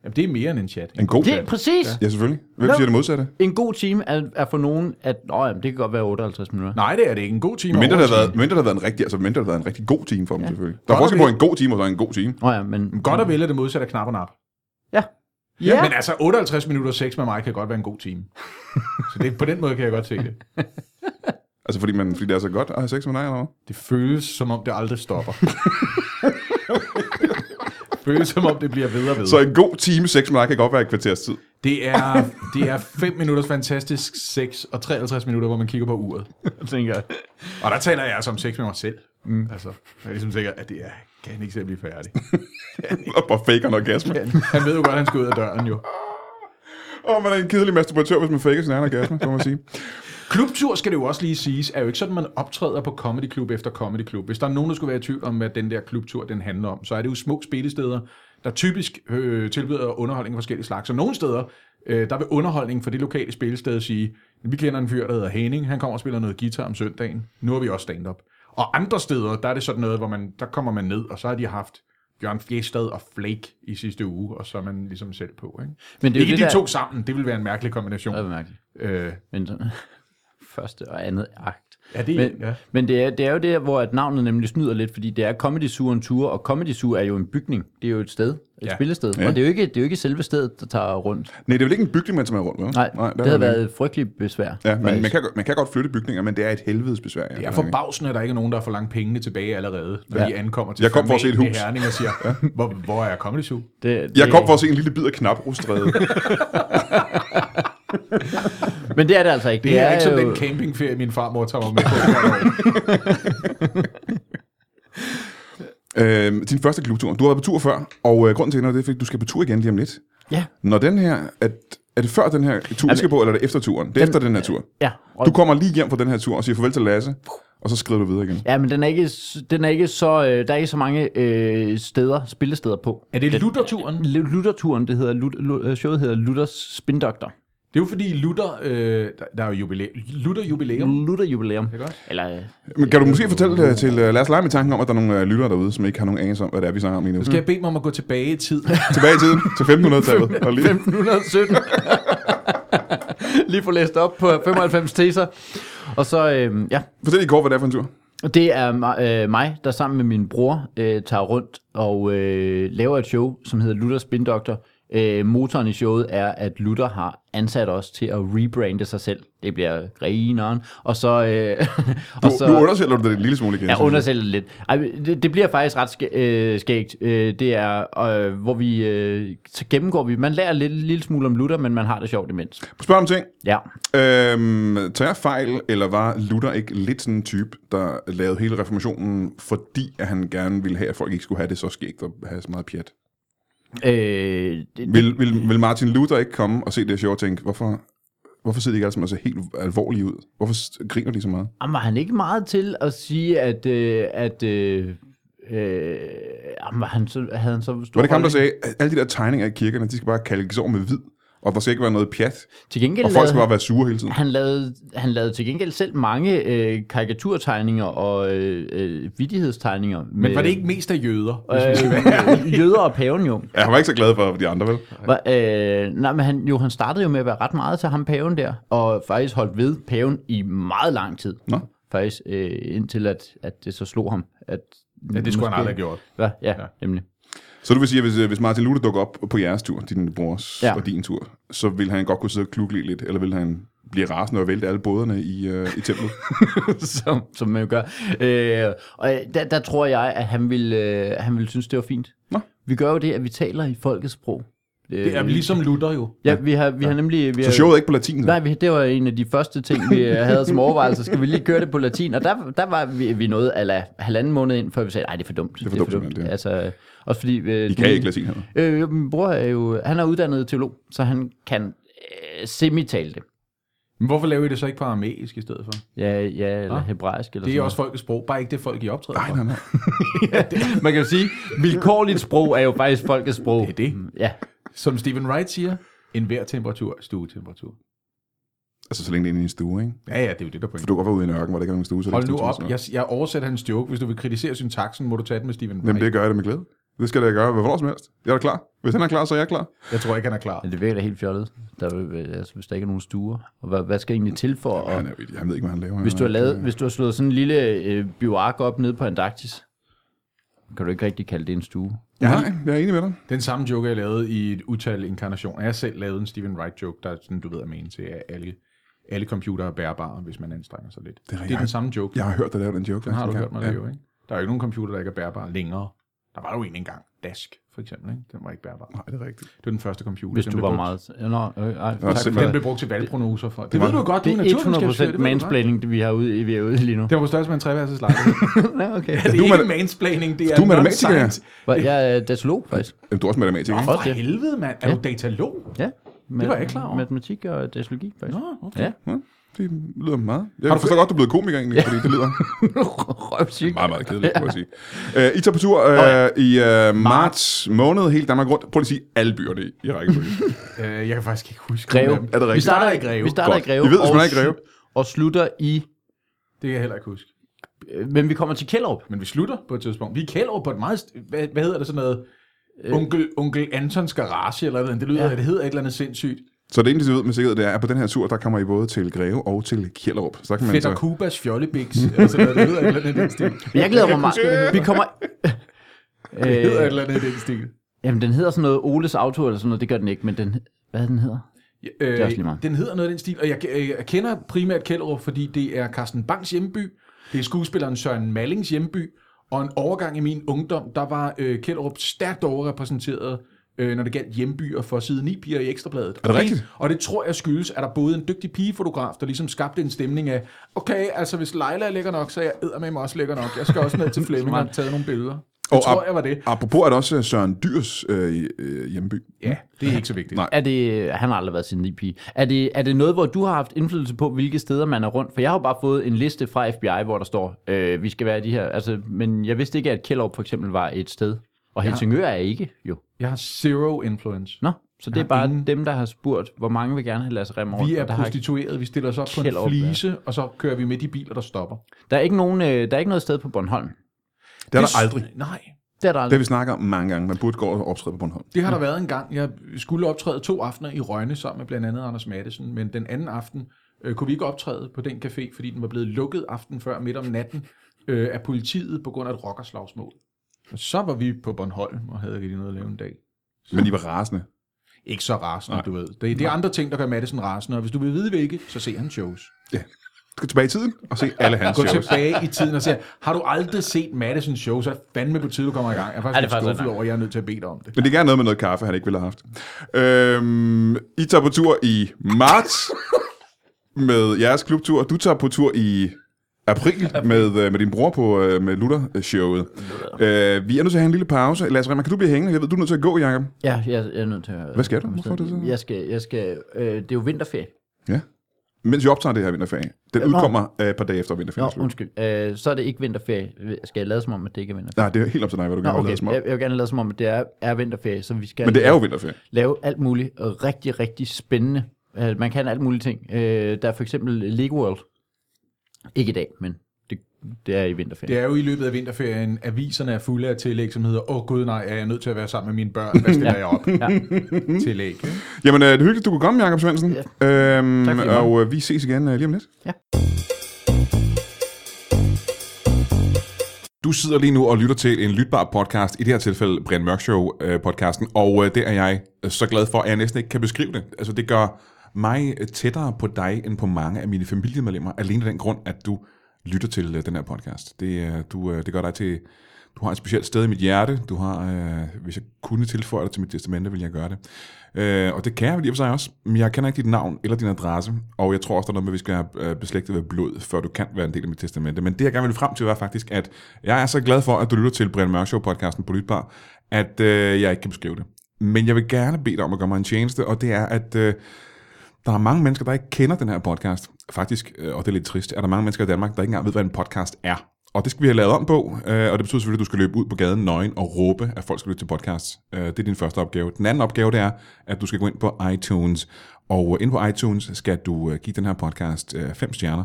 Speaker 2: Jamen, det er mere end en chat.
Speaker 1: En god
Speaker 3: Det
Speaker 1: chat.
Speaker 3: er præcis.
Speaker 1: Ja, selvfølgelig. Hvem
Speaker 3: Nå.
Speaker 1: siger det modsatte?
Speaker 3: En god time er, er for nogen, at Nå, jamen, det kan godt være 58 minutter.
Speaker 2: Nej, det er det ikke. En god time.
Speaker 1: Men mindre,
Speaker 2: er
Speaker 1: der har været,
Speaker 2: overtiden.
Speaker 1: mindre, der har været en rigtig, altså mindre, der har været en rigtig god time for dem, ja. selvfølgelig. Der er
Speaker 2: Godt
Speaker 1: forskel
Speaker 2: og
Speaker 1: på en god time, og så en god time.
Speaker 3: Nå ja, men...
Speaker 2: Godt og vel er det modsatte af knap og nap.
Speaker 3: Ja.
Speaker 2: Ja. Men altså, 58 minutter 6 med mig kan godt være en god <laughs> time. så det, på den måde kan jeg godt se det.
Speaker 1: Altså, fordi, man, fordi det er så godt at have sex med dig, eller hvad?
Speaker 2: Det føles, som om det aldrig stopper. <laughs> føles, som om det bliver ved og ved.
Speaker 1: Så en god time sex med dig kan godt være et kvarters tid.
Speaker 2: Det er, det er 5 minutters fantastisk sex og 53 minutter, hvor man kigger på uret.
Speaker 3: <laughs> tænker jeg.
Speaker 2: Og der taler jeg altså om sex med mig selv. Mm. Altså, jeg er ligesom sikker, at det er, kan han ikke selv blive færdig.
Speaker 1: Og bare faker en orgasme.
Speaker 2: Han ved jo godt, at han skal ud af døren jo.
Speaker 1: Åh, man er en kedelig masturbatør, hvis man faker sin egen orgasme, kan man sige.
Speaker 2: Klubtur, skal det jo også lige siges, er jo ikke sådan, man optræder på comedy club efter comedy club. Hvis der er nogen, der skulle være i tvivl om, hvad den der klubtur den handler om, så er det jo små spillesteder, der typisk øh, tilbyder underholdning af forskellige slags. Så nogle steder, øh, der vil underholdningen for det lokale spillested sige, vi kender en fyr, der hedder Henning, han kommer og spiller noget guitar om søndagen, nu er vi også stand-up. Og andre steder, der er det sådan noget, hvor man, der kommer man ned, og så har de haft Bjørn Fjestad og Flake i sidste uge, og så er man ligesom selv på. Ikke,
Speaker 3: Men det er jo
Speaker 2: ikke
Speaker 3: det
Speaker 2: de
Speaker 3: der-
Speaker 2: to sammen, det vil være en mærkelig kombination.
Speaker 3: Det er mærkeligt.
Speaker 2: Øh,
Speaker 3: Men så- <laughs> første og andet akt.
Speaker 2: Ja, det-
Speaker 3: men,
Speaker 2: ja.
Speaker 3: men det, er, det er jo der, hvor at navnet nemlig snyder lidt, fordi det er Comedy Sur en tur, og Comedy Sur er jo en bygning. Det er jo et sted, et
Speaker 2: Ja.
Speaker 3: ja. spillested.
Speaker 1: Ja.
Speaker 3: Ja. Og det er, jo ikke, det er jo ikke selve stedet, der tager rundt.
Speaker 1: Nej, det er vel ikke en bygning, man tager rundt, vel?
Speaker 3: Nej,
Speaker 1: Nej
Speaker 3: Nej
Speaker 1: der
Speaker 3: det havde
Speaker 1: er-
Speaker 3: været frygtelig besvær.
Speaker 1: Ja, men
Speaker 3: faktisk.
Speaker 1: man kan, godt- man kan godt flytte bygninger, men det er et helvedes besvær. Ja.
Speaker 2: Det er forbavsende, at der ikke er nogen, der har forlangt pengene tilbage allerede, når ja.
Speaker 3: Ja.
Speaker 2: de ankommer til
Speaker 1: Jeg kom for at se et
Speaker 2: formanen i
Speaker 1: hus.
Speaker 2: Herning og
Speaker 1: <laughs>
Speaker 2: siger, ja. hvor, hvor er Comedy Zoo?
Speaker 3: det, det,
Speaker 1: Jeg kom for at se en lille bid af
Speaker 3: <laughs>
Speaker 1: knaprustræde.
Speaker 3: Men det er det altså ikke.
Speaker 2: Det, det er, er ikke som
Speaker 3: jo-
Speaker 2: den campingferie, min farmor tager mig med på. hvert år.
Speaker 1: øhm, din første klubtur. Du har været på tur før, og øh, grunden til det er, det er, fordi du skal på tur igen lige om lidt.
Speaker 3: Ja,
Speaker 1: Når den her, at, er det før den her tur, vi skal på, eller er det efter turen? Det er efter den her tur.
Speaker 3: ja. Og,
Speaker 1: Du kommer lige hjem fra den her tur og siger farvel til Lasse, og så skrider du videre igen.
Speaker 3: ja, men den er ikke, s- den er ikke så, øh, der er ikke så mange øh, steder, spillesteder på.
Speaker 2: <laughs> Er det Luther-turen? Det
Speaker 3: Lutherturen, det hedder, Lut, Lut, øh, showet hedder Luthers Spindokter.
Speaker 2: er jo fordi Luther, øh, der, der er jo jubilæ Luther-jubilæum.
Speaker 3: Luther jubilæum.
Speaker 2: er godt.
Speaker 3: Eller, øh,
Speaker 1: Men kan du måske fortælle øh, til øh, Lars Lejme tanken om, at der er nogle øh, lyttere derude, som ikke har nogen anelse om, hvad det er, vi snakker om lige nu?
Speaker 2: Skal jeg bede mig om at gå tilbage i <laughs> tid?
Speaker 1: Tilbage i tiden, til
Speaker 3: <laughs>
Speaker 1: 1500-tallet. Og lige...
Speaker 3: 1517. <laughs> Lige få læst op på 95 teser. Og så, øh, ja,
Speaker 1: Fortæl lige kort, hvad det er for en tur.
Speaker 3: det er mig- øh, mig, der sammen med min bror øh, tager rundt og øh, laver et show, som hedder Luther Spindokter. Øh, motoren i showet er, at Luther har ansat os til at rebrande sig selv. Det bliver grineren. Og så... Øh, <laughs>
Speaker 1: Du, nu undersælger du det en lille smule igen.
Speaker 3: Ja,
Speaker 1: synes jeg.
Speaker 3: undersælge det lidt. Ej, det, det bliver faktisk ret skæ- øh, skægt. Øh, det er, øh, hvor vi... Øh, så gennemgår vi... Man lærer lidt, en lille smule om Luther, men man har det sjovt imens.
Speaker 1: Spørg om ting.
Speaker 3: Ja.
Speaker 1: Øhm, tager jeg fejl, eller var Luther ikke lidt sådan en type, der lavede hele reformationen, fordi at han gerne ville have, at folk ikke skulle have det så skægt og have så meget pjat?
Speaker 3: Øh, det,
Speaker 1: Vil, vil, vil Martin Luther ikke komme og se det her show og tænke, hvorfor, hvorfor sidder de ikke alle sammen og ser helt alvorlige ud? Hvorfor s- griner de så meget?
Speaker 3: jamen, var han ikke meget til at sige, at... Øh, at øh, øh, jamen, var han så, havde han så stor
Speaker 1: Var det ikke ham, der
Speaker 3: holdning?
Speaker 1: sagde, at alle de der tegninger af kirkerne, de skal bare kalkes over med hvid, og der skal ikke være noget pjat,
Speaker 3: Til gengæld
Speaker 1: og folk
Speaker 3: lavede
Speaker 1: skal
Speaker 3: han,
Speaker 1: bare være sure hele tiden?
Speaker 3: han, lavede, han lavede til gengæld selv mange øh, karikaturtegninger og øh, øh, vittighedstegninger.
Speaker 2: Men var det ikke mest af jøder? hvis vi skal være- <laughs>
Speaker 3: Øh, jøder og paven jo.
Speaker 1: Ja, han var ikke så glad for de andre, vel?
Speaker 3: Hva, øh, nej, men han, jo, han startede jo med at være ret meget til ham paven der, og faktisk holdt ved paven i meget lang tid.
Speaker 1: Nå.
Speaker 3: Faktisk øh, indtil, at, at det så slog ham. At,
Speaker 2: Ja, det skulle han aldrig have gjort.
Speaker 3: Hva, ja,
Speaker 2: Ja.
Speaker 3: ja, nemlig.
Speaker 1: Så du vil sige, at hvis, øh, hvis Martin Luther dukker op på jeres tur, din brors ja.
Speaker 3: Ja.
Speaker 1: og din tur, så vil han godt kunne sidde og klukke lidt, eller vil han blive rasende og vælte alle båderne i, øh, i
Speaker 2: <laughs>
Speaker 1: templet?
Speaker 3: <laughs> som, som man jo gør. Øh, og øh, der, der tror jeg, at han ville, øh, han ville synes, det var fint.
Speaker 1: Nå.
Speaker 3: Vi gør jo det, at vi taler i folkets sprog. Øh,
Speaker 2: Det er ligesom Luther jo.
Speaker 3: Ja, vi har, vi har nemlig... Vi
Speaker 1: så
Speaker 3: har,
Speaker 1: showet er ikke på latin? så?
Speaker 3: Nej, vi- det var en af de første ting, vi øh, havde som overvejelse. Skal vi lige køre det på latin? Og der, der var vi, vi noget ala halvanden måned ind, før vi sagde, nej, det er for dumt. Det
Speaker 1: for dumt, simpelthen, det er.
Speaker 3: Altså, også fordi... Øh,
Speaker 1: I kan ikke latin her.
Speaker 3: Øh, jo, min bror er jo... Han er uddannet teolog, så han kan øh, semitale det.
Speaker 2: Men hvorfor laver I det så ikke på aramæisk i stedet for?
Speaker 3: Ja, ja eller
Speaker 2: Ah.
Speaker 3: hebraisk. Eller
Speaker 2: Det er
Speaker 3: sådan
Speaker 2: også folkets sprog, bare ikke det folk, I optræder
Speaker 1: Nej,
Speaker 2: for.
Speaker 1: nej,
Speaker 2: <laughs>
Speaker 1: nej.
Speaker 3: noget. <laughs> Man kan jo sige, vilkårligt sprog er jo faktisk folkets sprog.
Speaker 2: Det er det.
Speaker 3: Ja,
Speaker 2: Som Stephen Wright siger, enhver temperatur er stuetemperatur.
Speaker 1: Altså, så længe det er inde i en stue, ikke?
Speaker 2: Ja, ja, det er jo det, der er
Speaker 1: For
Speaker 2: pointen.
Speaker 1: du kan godt være ude i en ørken, hvor der ikke er nogen stue. Så er det
Speaker 2: Hold
Speaker 1: ikke
Speaker 2: nu
Speaker 1: stue til
Speaker 2: op,
Speaker 1: sådan noget.
Speaker 2: jeg, jeg oversætter hans joke. Hvis du vil kritisere syntaksen, må du tage den med Stephen Wright.
Speaker 1: Jamen, det gør jeg da med glæde. Det skal jeg da gøre, hvornår som helst. Jeg er da klar. Hvis han er klar, så er jeg klar.
Speaker 2: Jeg tror ikke, han er klar.
Speaker 3: men det virker da helt fjollet. Der, er jo- altså, hvis der ikke er nogen stuer. Og hvad, hvad skal egentlig til for at...
Speaker 1: Han er, jeg ved ikke, hvad han laver.
Speaker 3: Hvis
Speaker 1: Han
Speaker 3: du har,
Speaker 1: er-
Speaker 3: lavet, hvis du har slået sådan en lille øh, bioark op nede på Antarktis, kan du ikke rigtig kalde det en stue.
Speaker 1: Nej, jeg er enig med dig.
Speaker 2: Den samme joke, jeg lavede i et utal inkarnation. Jeg har selv lavet en Stephen Wright joke, der er sådan, du ved at mene til, at alle, alle computere er bærbare, hvis man anstrenger sig lidt. Det er, det er
Speaker 1: rigtigt.
Speaker 2: den samme joke.
Speaker 1: Jeg har hørt dig lave den joke.
Speaker 2: Den har du
Speaker 1: faktisk,
Speaker 2: hørt mig
Speaker 1: ja.
Speaker 2: lave, ikke? Der er jo ikke nogen computer, der ikke er bærbare længere. Der var jo en engang. Dask, for eksempel, ikke? Den var ikke bærbar.
Speaker 1: Nej, det er rigtigt.
Speaker 2: Det var den første computer.
Speaker 3: Hvis
Speaker 2: den
Speaker 3: du
Speaker 2: blev
Speaker 3: var
Speaker 2: brugt-
Speaker 3: meget... Nå, øh, ej, tak for
Speaker 1: selv-
Speaker 2: Den
Speaker 3: det.
Speaker 2: blev brugt til valgprognoser for. Det,
Speaker 1: var-
Speaker 2: ved du jo godt, du
Speaker 3: Det
Speaker 2: er
Speaker 3: er
Speaker 2: naturvidenskabsstudie, det
Speaker 3: 100%
Speaker 2: ved du godt.
Speaker 3: mansplaining, det vi har ude, vi er ude i lige nu.
Speaker 2: Det var på størrelse med en treværelses lejlighed.
Speaker 3: Nå, <laughs> okay.
Speaker 2: det
Speaker 1: du
Speaker 2: er
Speaker 1: er
Speaker 2: ikke mansplaining, det er
Speaker 1: Du er matematiker, ja.
Speaker 2: non-science.
Speaker 3: Jeg er datalog, faktisk.
Speaker 1: Jamen, Du er også matematiker, ikke?
Speaker 2: Nå,
Speaker 3: Også
Speaker 2: for
Speaker 3: det.
Speaker 2: helvede, mand. Er
Speaker 3: Ja.
Speaker 2: du datalog?
Speaker 3: Ja.
Speaker 2: Det var jeg ikke klar over.
Speaker 3: Matematik og datalogi, <laughs> faktisk.
Speaker 2: Nå, okay.
Speaker 3: Ja.
Speaker 1: Ja, det lyder meget. Jeg
Speaker 2: Har
Speaker 1: har
Speaker 2: du
Speaker 1: du forstår godt, du er blevet komiker egentlig, fordi det lyder
Speaker 3: Røvsygt.
Speaker 1: meget, meget kedeligt, må jeg sige. Uh, I tager på tur uh, i uh, marts måned, helt Danmark rundt. Prøv lige at sige alle byerne i, i
Speaker 2: <laughs>
Speaker 1: rækkefølge.
Speaker 2: Øh, jeg kan faktisk ikke huske.
Speaker 3: Greve.
Speaker 2: nogen af dem.
Speaker 1: Er det
Speaker 3: Vi
Speaker 1: rigtigt?
Speaker 3: starter i
Speaker 2: Vi starter i Greve.
Speaker 1: Godt. I
Speaker 3: Greve. Vi starter i Greve.
Speaker 1: ved, hvis
Speaker 3: og
Speaker 1: man er i Greve.
Speaker 3: slu- Og slutter i...
Speaker 2: Det kan jeg heller ikke huske.
Speaker 3: øh, Men vi kommer til Kjellerup.
Speaker 2: Men vi slutter på et tidspunkt. Vi er kælder på et meget... st- Hvad, hvad hedder det sådan noget? Onkel, onkel Antons garage eller noget. Det lyder, ja.
Speaker 3: Øh. Ja.
Speaker 2: det hedder et eller andet sindssygt.
Speaker 1: Så det eneste, vi ved med sikkerhed, det er, at på den her tur, der kommer I både til Greve og til Kjellerup. Så der kan man
Speaker 2: Fætter
Speaker 1: så...
Speaker 2: Kubas fjollebiks. eller sådan noget. Det hedder et eller andet i den stil.
Speaker 3: Men Jeg glæder mig
Speaker 2: huske, hvad
Speaker 3: meget. Vi kommer...
Speaker 2: <laughs> Det hedder et
Speaker 3: Øh,
Speaker 2: eller andet i den stil.
Speaker 3: jamen, den hedder sådan noget Oles Auto eller sådan noget. Det gør den ikke, men den... Hvad den hedder?
Speaker 2: Ja, Øh,
Speaker 3: også lige meget.
Speaker 2: Den hedder noget af den stil, og jeg, øh, jeg kender primært Kjellerup, fordi det er Carsten Bangs hjemby, det er skuespilleren Søren Mallings hjemby, og en overgang i min ungdom, der var øh, Kjellerup stærkt overrepræsenteret, øh, når det galt hjembyer for side 9 piger i Ekstrabladet. Er
Speaker 1: det rigtigt?
Speaker 2: Og det tror jeg skyldes, at der boede en dygtig pigefotograf, der ligesom skabte en stemning af, okay, altså hvis Leila er lækker nok, så er jeg med mig også lækker nok. Jeg skal også ned <laughs> til Flemming og tage nogle billeder. Jeg
Speaker 1: Og
Speaker 2: tror,
Speaker 1: ap-
Speaker 2: jeg var det.
Speaker 1: Apropos er det også øh, Søren Dyrs øh, øh, hjemby.
Speaker 2: Ja, det er ikke så vigtigt.
Speaker 1: Nej.
Speaker 3: Er det, han har aldrig været sin pige. Er det, er det noget, hvor du har haft indflydelse på, hvilke steder man er rundt? For jeg har jo bare fået en liste fra FBI, hvor der står, øh, vi skal være i de her. Altså, men jeg vidste ikke, at Kjellerup for eksempel var et sted. Og Helsingør er ikke, jo.
Speaker 2: Jeg har zero influence.
Speaker 3: Nå, så det er bare dem, der har spurgt, hvor mange vil gerne have Lasse Remmer rundt.
Speaker 2: Vi er
Speaker 3: og der, har ikke,
Speaker 2: prostitueret, vi stiller os op på en
Speaker 3: Kjellerup, ja.
Speaker 2: flise, og så kører vi med de biler, der stopper.
Speaker 3: der, er ikke nogen, øh, der er ikke noget sted på Bornholm.
Speaker 1: Det er der
Speaker 2: Det-
Speaker 1: aldrig.
Speaker 2: Nej,
Speaker 3: Det er der
Speaker 1: Det har
Speaker 3: aldrig.
Speaker 1: vi snakker om mange gange. Man burde gå og optræde på Bornholm.
Speaker 2: det har der været en gang. Jeg skulle optræde to aftener i Rønne sammen med blandt andet Anders Mattesen, men den anden aften øh, kunne vi ikke optræde på den café, fordi den var blevet lukket aften før midt om natten øh, af politiet på grund af et rockerslagsmål. Og så var vi på Bornholm og havde ikke noget at lave en dag.
Speaker 1: Men I var rasende.
Speaker 2: Ikke så rasende, du ved. Det, det er andre ting, der gør Mattesen rasende, og hvis du vil vide hvilke, så se hans shows.
Speaker 1: Ja. Gå tilbage i tiden og se alle hans
Speaker 2: Gå
Speaker 1: shows.
Speaker 2: tilbage i tiden og siger, har du aldrig set Madison show, så er fandme på tide, du kommer i gang. Jeg er faktisk,
Speaker 3: Ja,
Speaker 2: ja,
Speaker 3: det er
Speaker 2: lidt
Speaker 3: faktisk
Speaker 2: skuffet
Speaker 3: ret
Speaker 2: over, at jeg er nødt til at bede dig om det.
Speaker 1: Men det er gerne noget med noget kaffe, han ikke ville have haft. Øhm, I tager på tur i marts med jeres klubtur. Du tager på tur i april med, øh, med din bror på øh, med Luther-showet. Øh, vi er nødt til at have en lille pause. Lasse Remmer, kan du blive hængende? Jeg ved, du er nødt til at gå, Jacob.
Speaker 3: Ja, jeg, jeg er nødt til at...
Speaker 1: Hvad skal du? Hvorfor er det så?
Speaker 3: Jeg skal, jeg skal, øh, det er jo vinterferie.
Speaker 1: Ja. Mens vi optager det her vinterferie. Den udkommer øh, et par dage efter vinterferien.
Speaker 3: Nå,
Speaker 1: er slut.
Speaker 3: undskyld. Øh, så er det ikke vinterferie. Skal jeg lade som om, at det ikke er vinterferie?
Speaker 1: Nej, det er helt op til dig, hvad du
Speaker 3: Nå,
Speaker 1: gerne vil
Speaker 3: okay.
Speaker 1: lade som om.
Speaker 3: Jeg, jeg vil gerne lade som om, at det er, er vinterferie, så vi skal
Speaker 1: Men det er jo vinterferie.
Speaker 3: lave alt muligt øh, rigtig, rigtig spændende. Øh, Man kan alt muligt ting. Øh, Der er for eksempel Lego World. Ikke i dag, men det, det er i vinterferien.
Speaker 2: Det er jo i løbet af vinterferien, aviserne er fulde af tillæg, som hedder, åh oh, gud nej, er jeg nødt til at være sammen med mine børn? Hvad stiller jeg op?
Speaker 3: <laughs> Ja.
Speaker 2: tillæg. ikke?
Speaker 1: Jamen, øh, det er hyggeligt, du kunne komme, Jacob Svendsen. Ja. Øhm,
Speaker 3: Tak for det,
Speaker 1: og øh, vi ses igen øh, lige om lidt.
Speaker 3: Ja.
Speaker 1: Du sidder lige nu og lytter til en lytbar podcast, i det her tilfælde Brian Mørk Show øh, podcasten, og øh, det er jeg øh, så glad for, at jeg næsten ikke kan beskrive det. Altså det gør mig øh, tættere på dig, end på mange af mine familiemedlemmer, alene af den grund, at du lytter til øh, den her podcast. Det, øh, du, øh, det gør dig til, du har et specielt sted i mit hjerte, du har, øh, hvis jeg kunne tilføje dig til mit testamente, ville jeg gøre det. Øh, og det kan jeg vel i og for sig også, men jeg kender ikke dit navn eller din adresse, og jeg tror også, der er noget med, at vi skal have øh, beslægtet ved blod, før du kan være en del af mit testamente. Men det, jeg gerne vil frem til, var faktisk, at jeg er så glad for, at du lytter til Brian Mørk Show-podcasten på Lytbar, at øh, jeg ikke kan beskrive det. Men jeg vil gerne bede dig om at gøre mig en tjeneste, og det er, at... Øh, Der er mange mennesker, der ikke kender den her podcast. Faktisk, øh, og det er lidt trist, er der mange mennesker i Danmark, der ikke engang ved, hvad en podcast er. Og det skal vi have lavet om på, øh, og det betyder selvfølgelig, at du skal løbe ud på gaden nøgen og råbe, at folk skal lytte til podcasts. Øh, Det er din første opgave. Den anden opgave, det er, at du skal gå ind på iTunes. Og øh, ind på iTunes skal du øh, give den her podcast 5 stjerner,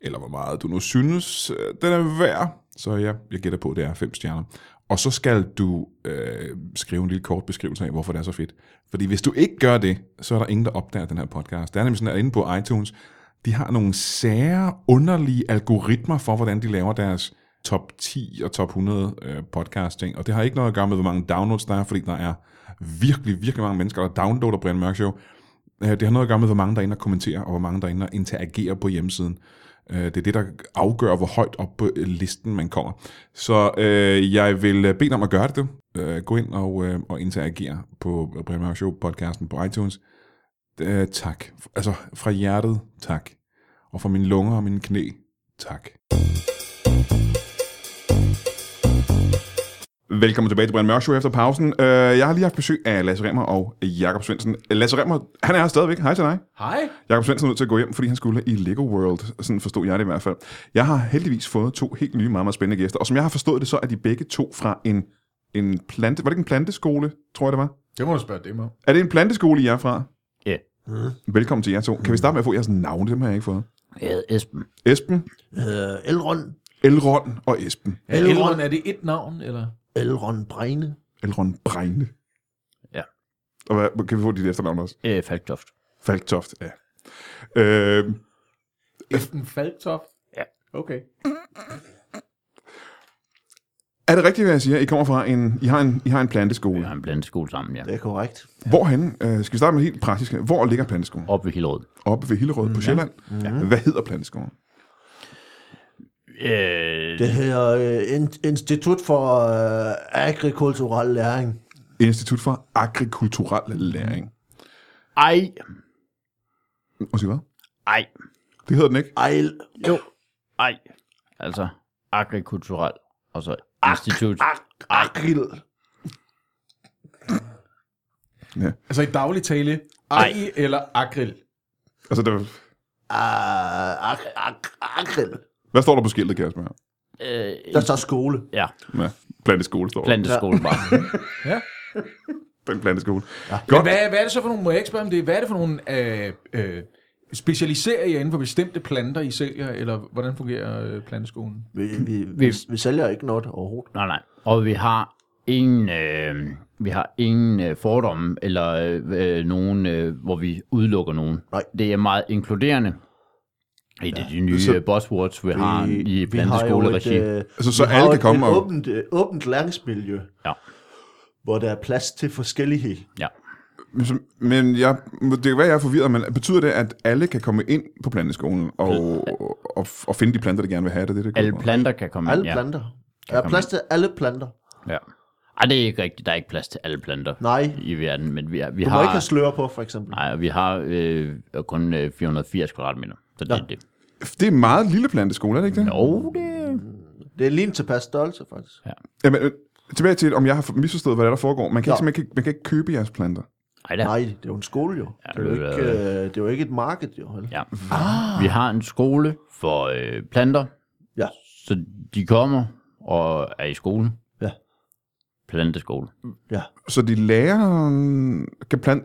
Speaker 1: eller hvor meget du nu synes, øh, den er værd. Så ja, jeg gætter på, at det er 5 stjerner. Og så skal du øh, skrive en lille kort beskrivelse af, hvorfor det er så fedt. Fordi hvis du ikke gør det, så er der ingen, der opdager den her podcast. Det er nemlig sådan, at inde på iTunes, de har nogle sære, underlige algoritmer for, hvordan de laver deres top 10 og top 100 øh, podcasting. Og det har ikke noget at gøre med, hvor mange downloads der er, fordi der er virkelig, virkelig mange mennesker, der downloader Brian Mørk Show. Øh, Det har noget at gøre med, hvor mange der er inde og kommenterer, og hvor mange der er inde og interagerer på hjemmesiden. Øh, Det er det, der afgør, hvor højt op på øh, listen man kommer. Så øh, jeg vil øh, bede dig om at gøre det. Øh, gå ind og, øh, og interagere på Brian Mørk Show podcasten på iTunes. Øh, tak. Altså fra hjertet, tak. Og fra mine lunger og mine knæ, tak. Velkommen tilbage til Brian Mørk Show efter pausen. Øh, Jeg har lige haft besøg af Lasse Remmer og Jakob Svendsen. Lasse Remmer, han er her stadigvæk. Hej til dig.
Speaker 2: Hej.
Speaker 1: Jakob Svendsen er nødt til at gå hjem, fordi han skulle i Lego World. Sådan forstod jeg det i hvert fald. Jeg har heldigvis fået to helt nye, meget, meget spændende gæster. Og som jeg har forstået det, så er de begge to fra en, en plante... Var det ikke en planteskole, tror jeg det var?
Speaker 2: Det må du spørge dem om.
Speaker 1: Er det en planteskole, I er fra?
Speaker 3: Ja.
Speaker 1: Mm. Velkommen til jer to. Kan vi starte med at få jeres navne? Dem har jeg ikke fået.
Speaker 3: Jeg hedder Esben.
Speaker 1: Esben,
Speaker 4: Øh, Elrond,
Speaker 1: Elrond og Esben.
Speaker 2: Er Elrond, er det et navn, eller?
Speaker 4: Elrond Bregne,
Speaker 1: Elrond Bregne.
Speaker 3: Ja.
Speaker 1: Og hvad, kan vi få dit efternavn også?
Speaker 3: Øh, Falktoft.
Speaker 1: Falktoft, ja. Øh,
Speaker 2: Esben Faltoft?
Speaker 3: Ja.
Speaker 2: Okay.
Speaker 1: er det rigtigt, hvad jeg siger? I kommer fra en... I har en, I har en planteskole.
Speaker 3: Vi
Speaker 1: Ja.
Speaker 3: har en blandet skole sammen, ja.
Speaker 4: det er korrekt.
Speaker 1: Hvorhen? Øh, skal vi starte med helt praktisk. Hvor ligger planteskolen?
Speaker 3: Oppe ved Hillerød.
Speaker 1: Oppe ved Hillerød på Sjælland. Ja. Hvad hedder planteskolen?
Speaker 3: Øh,
Speaker 4: Det hedder øh, In- Institut for øh, Agrikulturel Læring.
Speaker 1: Institut for Agrikulturel Læring.
Speaker 3: ej,
Speaker 1: Og sig hvad?
Speaker 3: ej,
Speaker 1: Det hedder den ikke.
Speaker 4: Ejl,
Speaker 3: jo, ej. Altså, agrikulturel, og så institut.
Speaker 4: Agril.
Speaker 2: Altså i daglig tale, Ej eller Agril?
Speaker 1: Altså, der,
Speaker 4: Ah, ag- ag- Agril.
Speaker 1: hvad står der på skiltet, Kasper?
Speaker 3: Øh,
Speaker 4: Der står skole.
Speaker 3: ja,
Speaker 1: Ja, planteskole står der.
Speaker 3: blandet skole bare.
Speaker 4: <laughs>
Speaker 2: Ja.
Speaker 1: Den planteskole.
Speaker 2: Godt. Men hvad, hvad er det så for nogle, må jeg ikke spørge om det, hvad er det for nogle, øh, øh, specialiserer I jer inden for bestemte planter, I sælger, eller hvordan fungerer øh, planteskolen?
Speaker 4: Vi, vi, vi, vi sælger ikke noget overhovedet.
Speaker 3: Nej, nej. Og vi har ingen, øh, vi har ingen øh, fordomme, eller øh, øh, nogen, øh, hvor vi udelukker nogen.
Speaker 4: Nej.
Speaker 3: Det er meget inkluderende. I det de nye
Speaker 1: Så-
Speaker 3: så, buzzwords, vi, har i
Speaker 4: vi har jo et,
Speaker 3: planteskoleregi.
Speaker 4: øh,
Speaker 1: Altså, så
Speaker 4: vi har
Speaker 1: alle
Speaker 4: jo
Speaker 1: kan komme
Speaker 4: et,
Speaker 1: og-
Speaker 4: et åbent, øh, åbent læringsmiljø,
Speaker 3: Ja,
Speaker 4: hvor der er plads til forskellighed.
Speaker 3: ja.
Speaker 1: Men som- Men jeg, det kan være, jeg er forvirret, men betyder det, at alle kan komme ind på planteskolen og, og, og, og finde de planter, der gerne vil have det? det, er det det
Speaker 3: Alle
Speaker 1: går på?
Speaker 3: planter kan komme
Speaker 4: Alle
Speaker 3: ind. Ja.
Speaker 4: planter. Der er plads til alle planter.
Speaker 3: ja. Ej, det er ikke rigtigt. Der er ikke plads til alle planter
Speaker 4: Nej,
Speaker 3: i verden, men vi, er, vi
Speaker 4: du må
Speaker 3: har...
Speaker 4: ikke have slør på, for eksempel.
Speaker 3: Nej, og vi har øh, kun øh, 480 kvadratmeter. Så det er det.
Speaker 1: Det er en meget lille planteskole, er det ikke det?
Speaker 3: Jo,
Speaker 4: Mm.
Speaker 3: det...
Speaker 4: Det er lige en tilpas størrelse, faktisk.
Speaker 1: Jamen, øh, tilbage til, om jeg har misforstået, hvad der, er, der foregår. Man kan,
Speaker 4: Ja.
Speaker 1: ikke, man, kan, ikke- man kan ikke købe jeres planter.
Speaker 3: Ej, der.
Speaker 4: Nej, det er jo en skole, jo.
Speaker 3: Ja,
Speaker 4: det, er jo
Speaker 3: det er-
Speaker 4: ikke, øh, det er jo ikke et marked, jo. vel?
Speaker 3: Ja. Ah. Vi har en skole for øh, planter,
Speaker 4: Ja.
Speaker 3: så de kommer og er i skole.
Speaker 4: Ja.
Speaker 3: Planteskole.
Speaker 4: Ja.
Speaker 1: Så de lærer... øhm, Kan plant...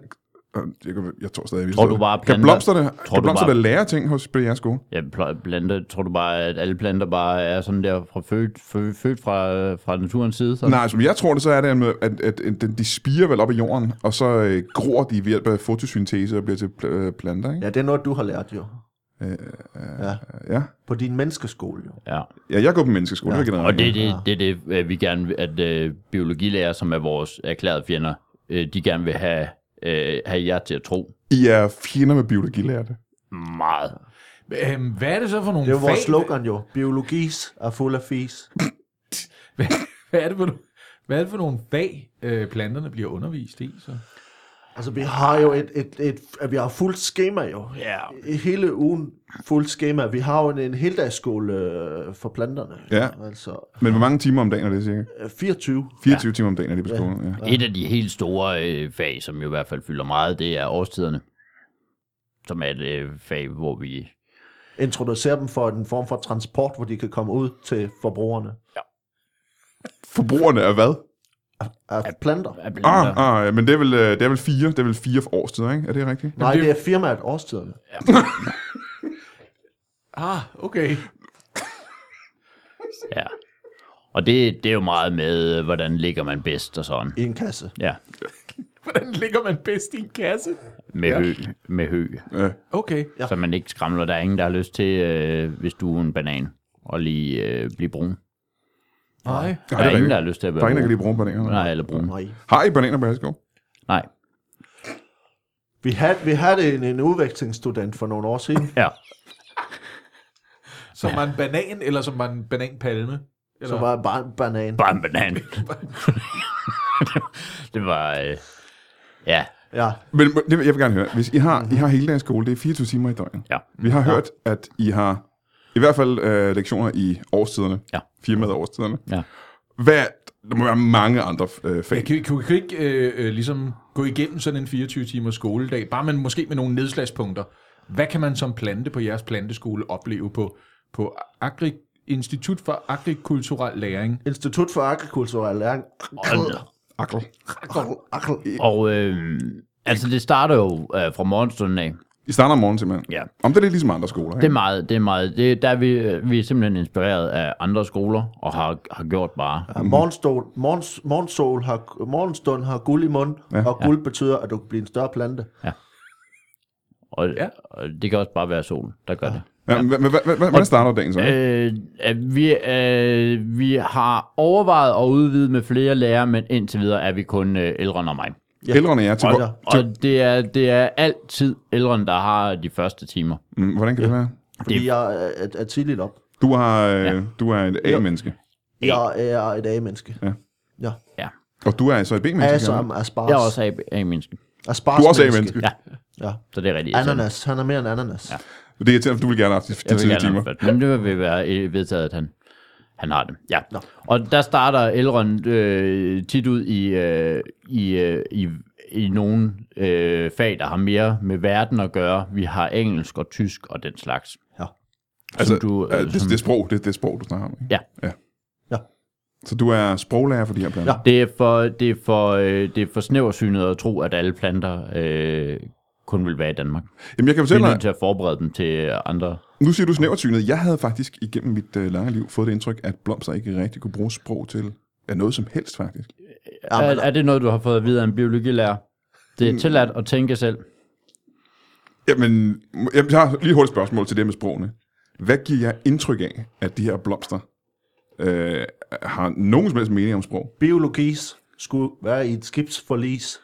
Speaker 1: øh, Jeg, kan- jeg tror stadig, vi
Speaker 3: Tror du bare, at
Speaker 1: Kan
Speaker 3: planter-
Speaker 1: blomsterne,
Speaker 3: Tror
Speaker 1: kan
Speaker 3: du
Speaker 1: blomsterne
Speaker 3: bare-
Speaker 1: lære ting hos på jeres skole?
Speaker 3: Jeg pl- planter, tror du bare, at alle planter bare er sådan der fra født, fø, født fra, fra naturens side? Sådan?
Speaker 1: Nej, som jeg tror det, så er det, at, at, at, at de spirer vel op i jorden, og så øh, gror de ved hjælp af fotosyntese og bliver til pl- øh, planter, ikke?
Speaker 4: Ja, det er noget, du har lært jo. Ja,
Speaker 1: Ja.
Speaker 4: på din menneskeskole jo.
Speaker 3: Ja.
Speaker 1: Ja, jeg går på menneskeskole. Ja.
Speaker 3: Og det er det, det, det, det, vi gerne vil, at øh, biologilærer, som er vores erklærede fjender, øh, de gerne vil have, øh, have jer til at tro
Speaker 1: I er fjender med biologilærte.
Speaker 3: meget.
Speaker 2: Øhm, hvad er det så for nogle
Speaker 4: Det er jo vores
Speaker 2: fag-
Speaker 4: slogan jo. Biologis er fuld af fis.
Speaker 2: Hvad, <laughs> hvad, er det for, no- hvad er det for nogle fag, øh, planterne bliver undervist i? Så?
Speaker 4: Altså, vi har jo et, et, et, et vi har fuldt schema jo.
Speaker 3: Ja.
Speaker 4: I hele ugen fuldt schema. Vi har jo en, en heldagsskole øh, for planterne.
Speaker 1: Ja.
Speaker 4: Altså,
Speaker 1: Men hvor mange timer om dagen er det cirka?
Speaker 4: øh, 24.
Speaker 1: 24 ja. timer om dagen er det på skolen, ja.
Speaker 3: Et af de helt store øh, fag, som jo i hvert fald fylder meget, det er årstiderne. som er et øh, fag, hvor vi
Speaker 4: Introducere dem for en form for transport, hvor de kan komme ud til forbrugerne
Speaker 1: Forbrugerne er hvad?
Speaker 4: af planter.
Speaker 3: er blandt
Speaker 1: Ah,
Speaker 3: andet-
Speaker 1: ah, ja, men det er, vel, øh, det er vel fire, det er vel fire årstider, ikke? Er det rigtigt?
Speaker 4: Nej,
Speaker 2: det-
Speaker 4: det er firmaet årstiderne.
Speaker 2: Ah, okay.
Speaker 3: Ja. Og det, det er jo meget med, øh, hvordan ligger man bedst og sådan.
Speaker 4: I en kasse.
Speaker 3: Ja,
Speaker 2: Hvordan ligger man bedst i en kasse?
Speaker 3: med ja. hø. Med hø.
Speaker 1: Ja.
Speaker 2: Okay.
Speaker 4: Ja.
Speaker 3: Så man ikke skramler. Der er ingen, der har lyst til, øh, hvis du er en banan, og lige øh, blive brun.
Speaker 2: Nej.
Speaker 1: Ja,
Speaker 3: Der er ingen,
Speaker 1: rigtigt.
Speaker 3: der har lyst til at
Speaker 1: der er
Speaker 3: være
Speaker 1: ingen, der kan
Speaker 3: brun.
Speaker 1: lide brune bananer.
Speaker 3: Nej, eller brun.
Speaker 4: Nej.
Speaker 1: Har I bananer på Haskov?
Speaker 3: Nej.
Speaker 4: Vi havde, vi havde en, en udvekslingsstudent for nogle år siden.
Speaker 3: Ja.
Speaker 2: Som var en banan, eller som var en bananpalme? Eller?
Speaker 4: Så var jeg bare en banan.
Speaker 3: Bare en banan. <laughs> det var... Øh, ja,
Speaker 4: Ja,
Speaker 1: Men men det, vil- jeg vil gerne høre, hvis I har, I har hele dagens skole, det er 24 timer i døgnet.
Speaker 3: Mhm. ja.
Speaker 1: Vi har hørt, at I har i hvert fald øh, lektioner i årstiderne.
Speaker 3: Ja.
Speaker 1: Firmaet af årstiderne.
Speaker 3: Ja.
Speaker 1: Hvad, der må være mange andre øh, fag.
Speaker 2: Ja, kan, vi- kan, vi- kan vi ikke øh, øh, ligesom gå igennem sådan en 24-timers skoledag, bare man måske med nogle nedslagspunkter? Hvad kan man som plante på jeres planteskole opleve på, på Agri, Institut for Agrikulturel Læring?
Speaker 4: Institut for Agrikulturel Læring.
Speaker 3: Og-
Speaker 1: Akkel.
Speaker 4: Akkel.
Speaker 3: Og øh, altså, det starter jo øh, fra morgenstunden af.
Speaker 1: I starter om morgenen simpelthen.
Speaker 3: Ja.
Speaker 1: Om det er lidt ligesom andre skoler,
Speaker 3: Det er
Speaker 1: ikke?
Speaker 3: meget, det er meget. Det, der er vi, øh, vi er simpelthen inspireret af andre skoler, og har, har gjort bare.
Speaker 4: Ja, morgenstol, morgens, morgensol har, morgenstund har guld i munden, ja. og guld betyder, at du kan blive en større plante.
Speaker 3: Og,
Speaker 2: Ja.
Speaker 3: ja. og det kan også bare være solen, der gør ja. det.
Speaker 1: Ja, men hvad- hvad- hvad- Hvordan starter dagen så?
Speaker 3: Øh, at vi, øh, vi har overvejet at udvide med flere lærere, men indtil videre er vi kun øh, Elrond og mig.
Speaker 1: Ja. Ældrene er til,
Speaker 4: Hold
Speaker 1: hvor,
Speaker 4: da.
Speaker 3: Og det er, det er altid Elrond, der har de første timer.
Speaker 1: Mm, hvordan kan det være?
Speaker 4: Fordi det... jeg er, er, er tidligt op.
Speaker 1: Du, har, øh, du er et A-menneske,
Speaker 4: Jeg er et A-menneske.
Speaker 1: Ja.
Speaker 4: ja.
Speaker 3: Ja.
Speaker 1: og du er så et B-menneske.
Speaker 4: A
Speaker 1: kan jeg
Speaker 4: som aspars.
Speaker 3: Jeg er også af, af menneske,
Speaker 1: høre.
Speaker 4: aspars
Speaker 1: Du er også A-menneske.
Speaker 3: Ja.
Speaker 4: Ja.
Speaker 3: så det er rigtigt.
Speaker 4: Ananas. Han er mere end ananas. Ja.
Speaker 1: Det er irriterende, for du vil gerne have haft de, de
Speaker 3: Jeg vil
Speaker 1: tidlige
Speaker 3: gerne
Speaker 1: timer.
Speaker 3: have fat. Men det vil være øh, vedtaget, at han, han har det. Ja. Og der starter Elrond øh, tit ud i, øh, i, øh, i, i nogle øh, fag, der har mere med verden at gøre. Vi har engelsk og tysk og den slags.
Speaker 1: Altså,
Speaker 3: som du, øh,
Speaker 1: ja, det,
Speaker 3: som-
Speaker 1: det, er sprog, det, det er sprog, du snakker om. Ikke?
Speaker 3: Ja.
Speaker 1: ja.
Speaker 4: Ja.
Speaker 1: Så du er sproglærer for de her planer?
Speaker 4: Ja.
Speaker 3: Det er for, det er for, øh, det er for snæversynet at tro, at alle planter øh, kun vil være i Danmark.
Speaker 1: Jamen, jeg kan
Speaker 3: Vi
Speaker 1: fortælle
Speaker 3: er
Speaker 1: dig,
Speaker 3: nødt til at forberede dem til øh, andre.
Speaker 1: nu siger du snæversynet. Jeg havde faktisk igennem mit øh, lange liv fået det indtryk, at blomster ikke rigtig kunne bruge sprog til ja, noget som helst, faktisk.
Speaker 4: Jamen,
Speaker 3: Er, er det noget, du har fået at vide af en biologilærer? Det
Speaker 1: Mm.
Speaker 3: er tilladt at tænke selv.
Speaker 1: Jamen, jeg jeg har lige et hurtigt spørgsmål til det med sprogene. Hvad giver jeg indtryk af, at de her blomster øh, har nogen som helst mening om sprog?
Speaker 4: Biologis skulle være i et skibsforlis.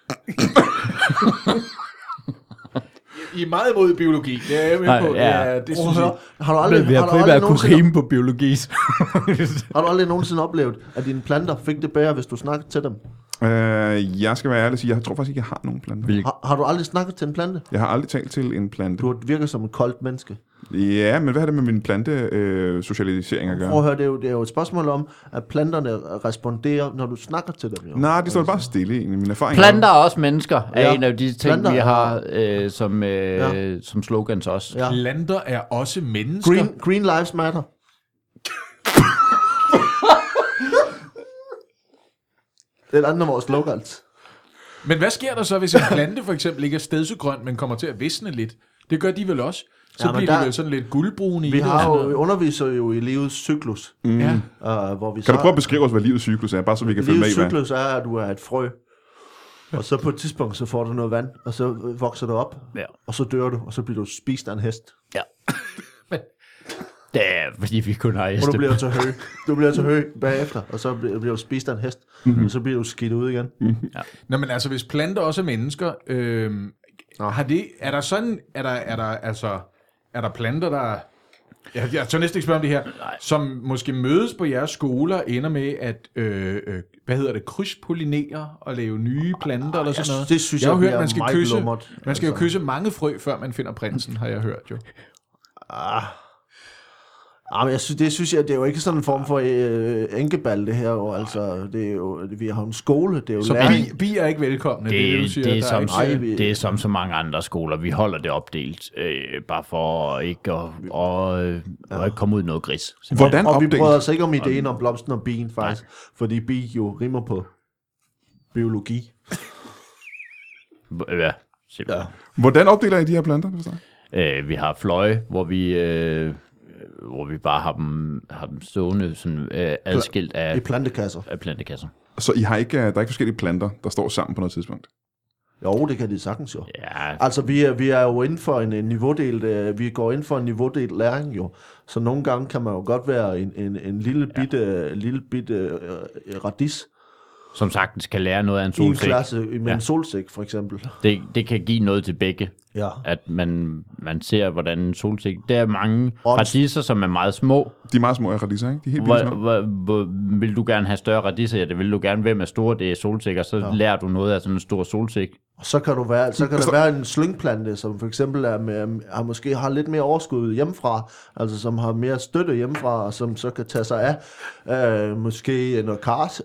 Speaker 2: I er meget imod biologi. Det er jeg med
Speaker 3: Nej,
Speaker 2: på.
Speaker 3: ja.
Speaker 2: Ja, det synes jeg.
Speaker 4: Har du aldrig, har du aldrig, nogensinde,
Speaker 3: på biologi. <laughs>
Speaker 4: har du aldrig nogensinde oplevet, at dine planter fik det bedre, hvis du snakkede til dem?
Speaker 1: Øh, jeg skal være ærlig og sige, jeg tror faktisk ikke, jeg har nogen planter.
Speaker 4: Har, har du aldrig snakket til en plante?
Speaker 1: Jeg har aldrig talt til en plante.
Speaker 4: Du virker som et koldt menneske.
Speaker 1: Ja, men hvad har det med min plante-socialisering at
Speaker 4: Prøv at
Speaker 1: gøre?
Speaker 4: høre, det er, jo, det er jo et spørgsmål om, at planterne responderer, når du snakker til dem. Jo.
Speaker 1: Nej, de står bare stille egentlig. Min erfaring
Speaker 3: Planter er også mennesker, er
Speaker 4: Ja.
Speaker 3: ja. en af de ting,
Speaker 4: Planter
Speaker 3: vi
Speaker 4: er-
Speaker 3: har øh, som, øh,
Speaker 4: Ja.
Speaker 3: ja. som slogans også.
Speaker 4: Ja.
Speaker 3: Ja.
Speaker 2: Planter er også mennesker.
Speaker 4: Green, green
Speaker 1: <laughs>
Speaker 4: lives matter. det er et andet af vores slogans.
Speaker 2: Men hvad sker der så, hvis en plante for eksempel ikke er stedsegrøn, men kommer til at visne lidt? Det gør de vel også? Så
Speaker 4: Ja,
Speaker 2: ja,
Speaker 4: men
Speaker 2: bliver der...
Speaker 4: der-
Speaker 2: de vel sådan lidt guldbrune i
Speaker 4: Vi
Speaker 2: det
Speaker 4: har
Speaker 2: og sådan
Speaker 4: jo, vi
Speaker 2: noget.
Speaker 4: underviser jo i livets cyklus. Mm.
Speaker 2: Ja.
Speaker 4: Uh, hvor vi
Speaker 1: Kan
Speaker 4: så,
Speaker 1: du prøve at beskrive os, hvad livets cyklus er, bare så vi kan følge med i,
Speaker 4: Livets
Speaker 1: hvad...
Speaker 4: cyklus er, at du er et frø. Og så på et tidspunkt, så får du noget vand, og så øh, vokser det op.
Speaker 3: Ja.
Speaker 4: Og så dør du, og så bliver du spist af en hest.
Speaker 3: <laughs> Det er, fordi vi kun har
Speaker 4: Og du
Speaker 3: heste.
Speaker 4: bliver til hø. Du bliver til hø bagefter, og så bliver bliver du spist af en hest. Mm-hmm. Og så bliver du skidt ud igen.
Speaker 2: Nå, men altså, hvis planter også er mennesker, øh, har det, er der sådan, er der, er der, altså, er der planter, der... Jeg, jeg tør næsten ikke spørge om det her. Nej. Som måske mødes på jeres skoler, og ender med at, øh, øh, hvad hedder det, krydspollinere og lave nye planter eller sådan noget.
Speaker 4: det Ah, synes
Speaker 2: jeg har
Speaker 4: jeg
Speaker 2: hørt,
Speaker 4: bliver
Speaker 2: man skal
Speaker 4: meget
Speaker 2: kysse,
Speaker 4: lummert,
Speaker 2: man skal
Speaker 4: altså.
Speaker 2: jo kysse mange frø, før man finder prinsen, har jeg hørt jo.
Speaker 4: Ah. Ah, men jeg synes, det synes jeg, det er jo ikke sådan en form for øh, enkebal, det her. Jo. Altså, det er jo, vi har jo en skole, det er jo
Speaker 2: Så
Speaker 4: læring.
Speaker 2: bi, bi er ikke velkomne, det, er det, du
Speaker 3: Det,
Speaker 2: siger.
Speaker 3: det, er
Speaker 2: Der
Speaker 3: som,
Speaker 2: ikke-
Speaker 4: Nej, vi-
Speaker 3: det er som så mange andre skoler. Vi holder det opdelt, øh, bare for ikke at og, øh, og ikke komme ud i noget gris. simpelthen.
Speaker 1: Hvordan
Speaker 4: Og vi
Speaker 1: opdelt?
Speaker 4: prøver altså ikke om ideen om blomsten og bien, faktisk. Fordi bi jo rimer på biologi.
Speaker 3: Ja, simpelthen.
Speaker 1: Hvordan opdeler I de her planter? hvis der er?
Speaker 3: Øh, vi har fløje, hvor vi, øh, hvor vi bare har dem, har dem stående sådan, øh, adskilt
Speaker 4: I
Speaker 3: af,
Speaker 4: plantekasser.
Speaker 3: af plantekasser.
Speaker 1: Så I har ikke, øh, der er ikke forskellige planter, der står sammen på noget tidspunkt?
Speaker 4: Jo, det kan de sagtens jo.
Speaker 3: Ja,
Speaker 4: Altså, vi er, vi er jo inden for en, en niveaudelt, øh, vi går ind for en niveaudelt læring jo. Så nogle gange kan man jo godt være en, en, en lille bitte, ja. lille bitte øh, radis
Speaker 3: som sagtens kan lære noget af en
Speaker 4: i en
Speaker 3: solsæk.
Speaker 4: klasse med ja.
Speaker 3: Ja.
Speaker 4: en solsæk, for eksempel.
Speaker 3: Det, det kan give noget til begge,
Speaker 4: Ja.
Speaker 3: at man, man ser, hvordan en solsæk... Der er mange
Speaker 4: Og-
Speaker 3: radiser, som er meget små.
Speaker 1: De er meget små af radiser, ikke? De er helt vildt
Speaker 3: Hvor,
Speaker 1: små.
Speaker 3: hvor, hvor, vil du gerne have større radiser? Ja, det vil du gerne. Hvem er store? Det er solsikker. Så ja. lærer du noget af sådan en stor solsik.
Speaker 4: Og så kan, du være, så kan der være en slyngplante, som for eksempel er med, er måske har lidt mere overskud hjemmefra, altså som har mere støtte hjemmefra, og som så kan tage sig af øh, måske noget kart.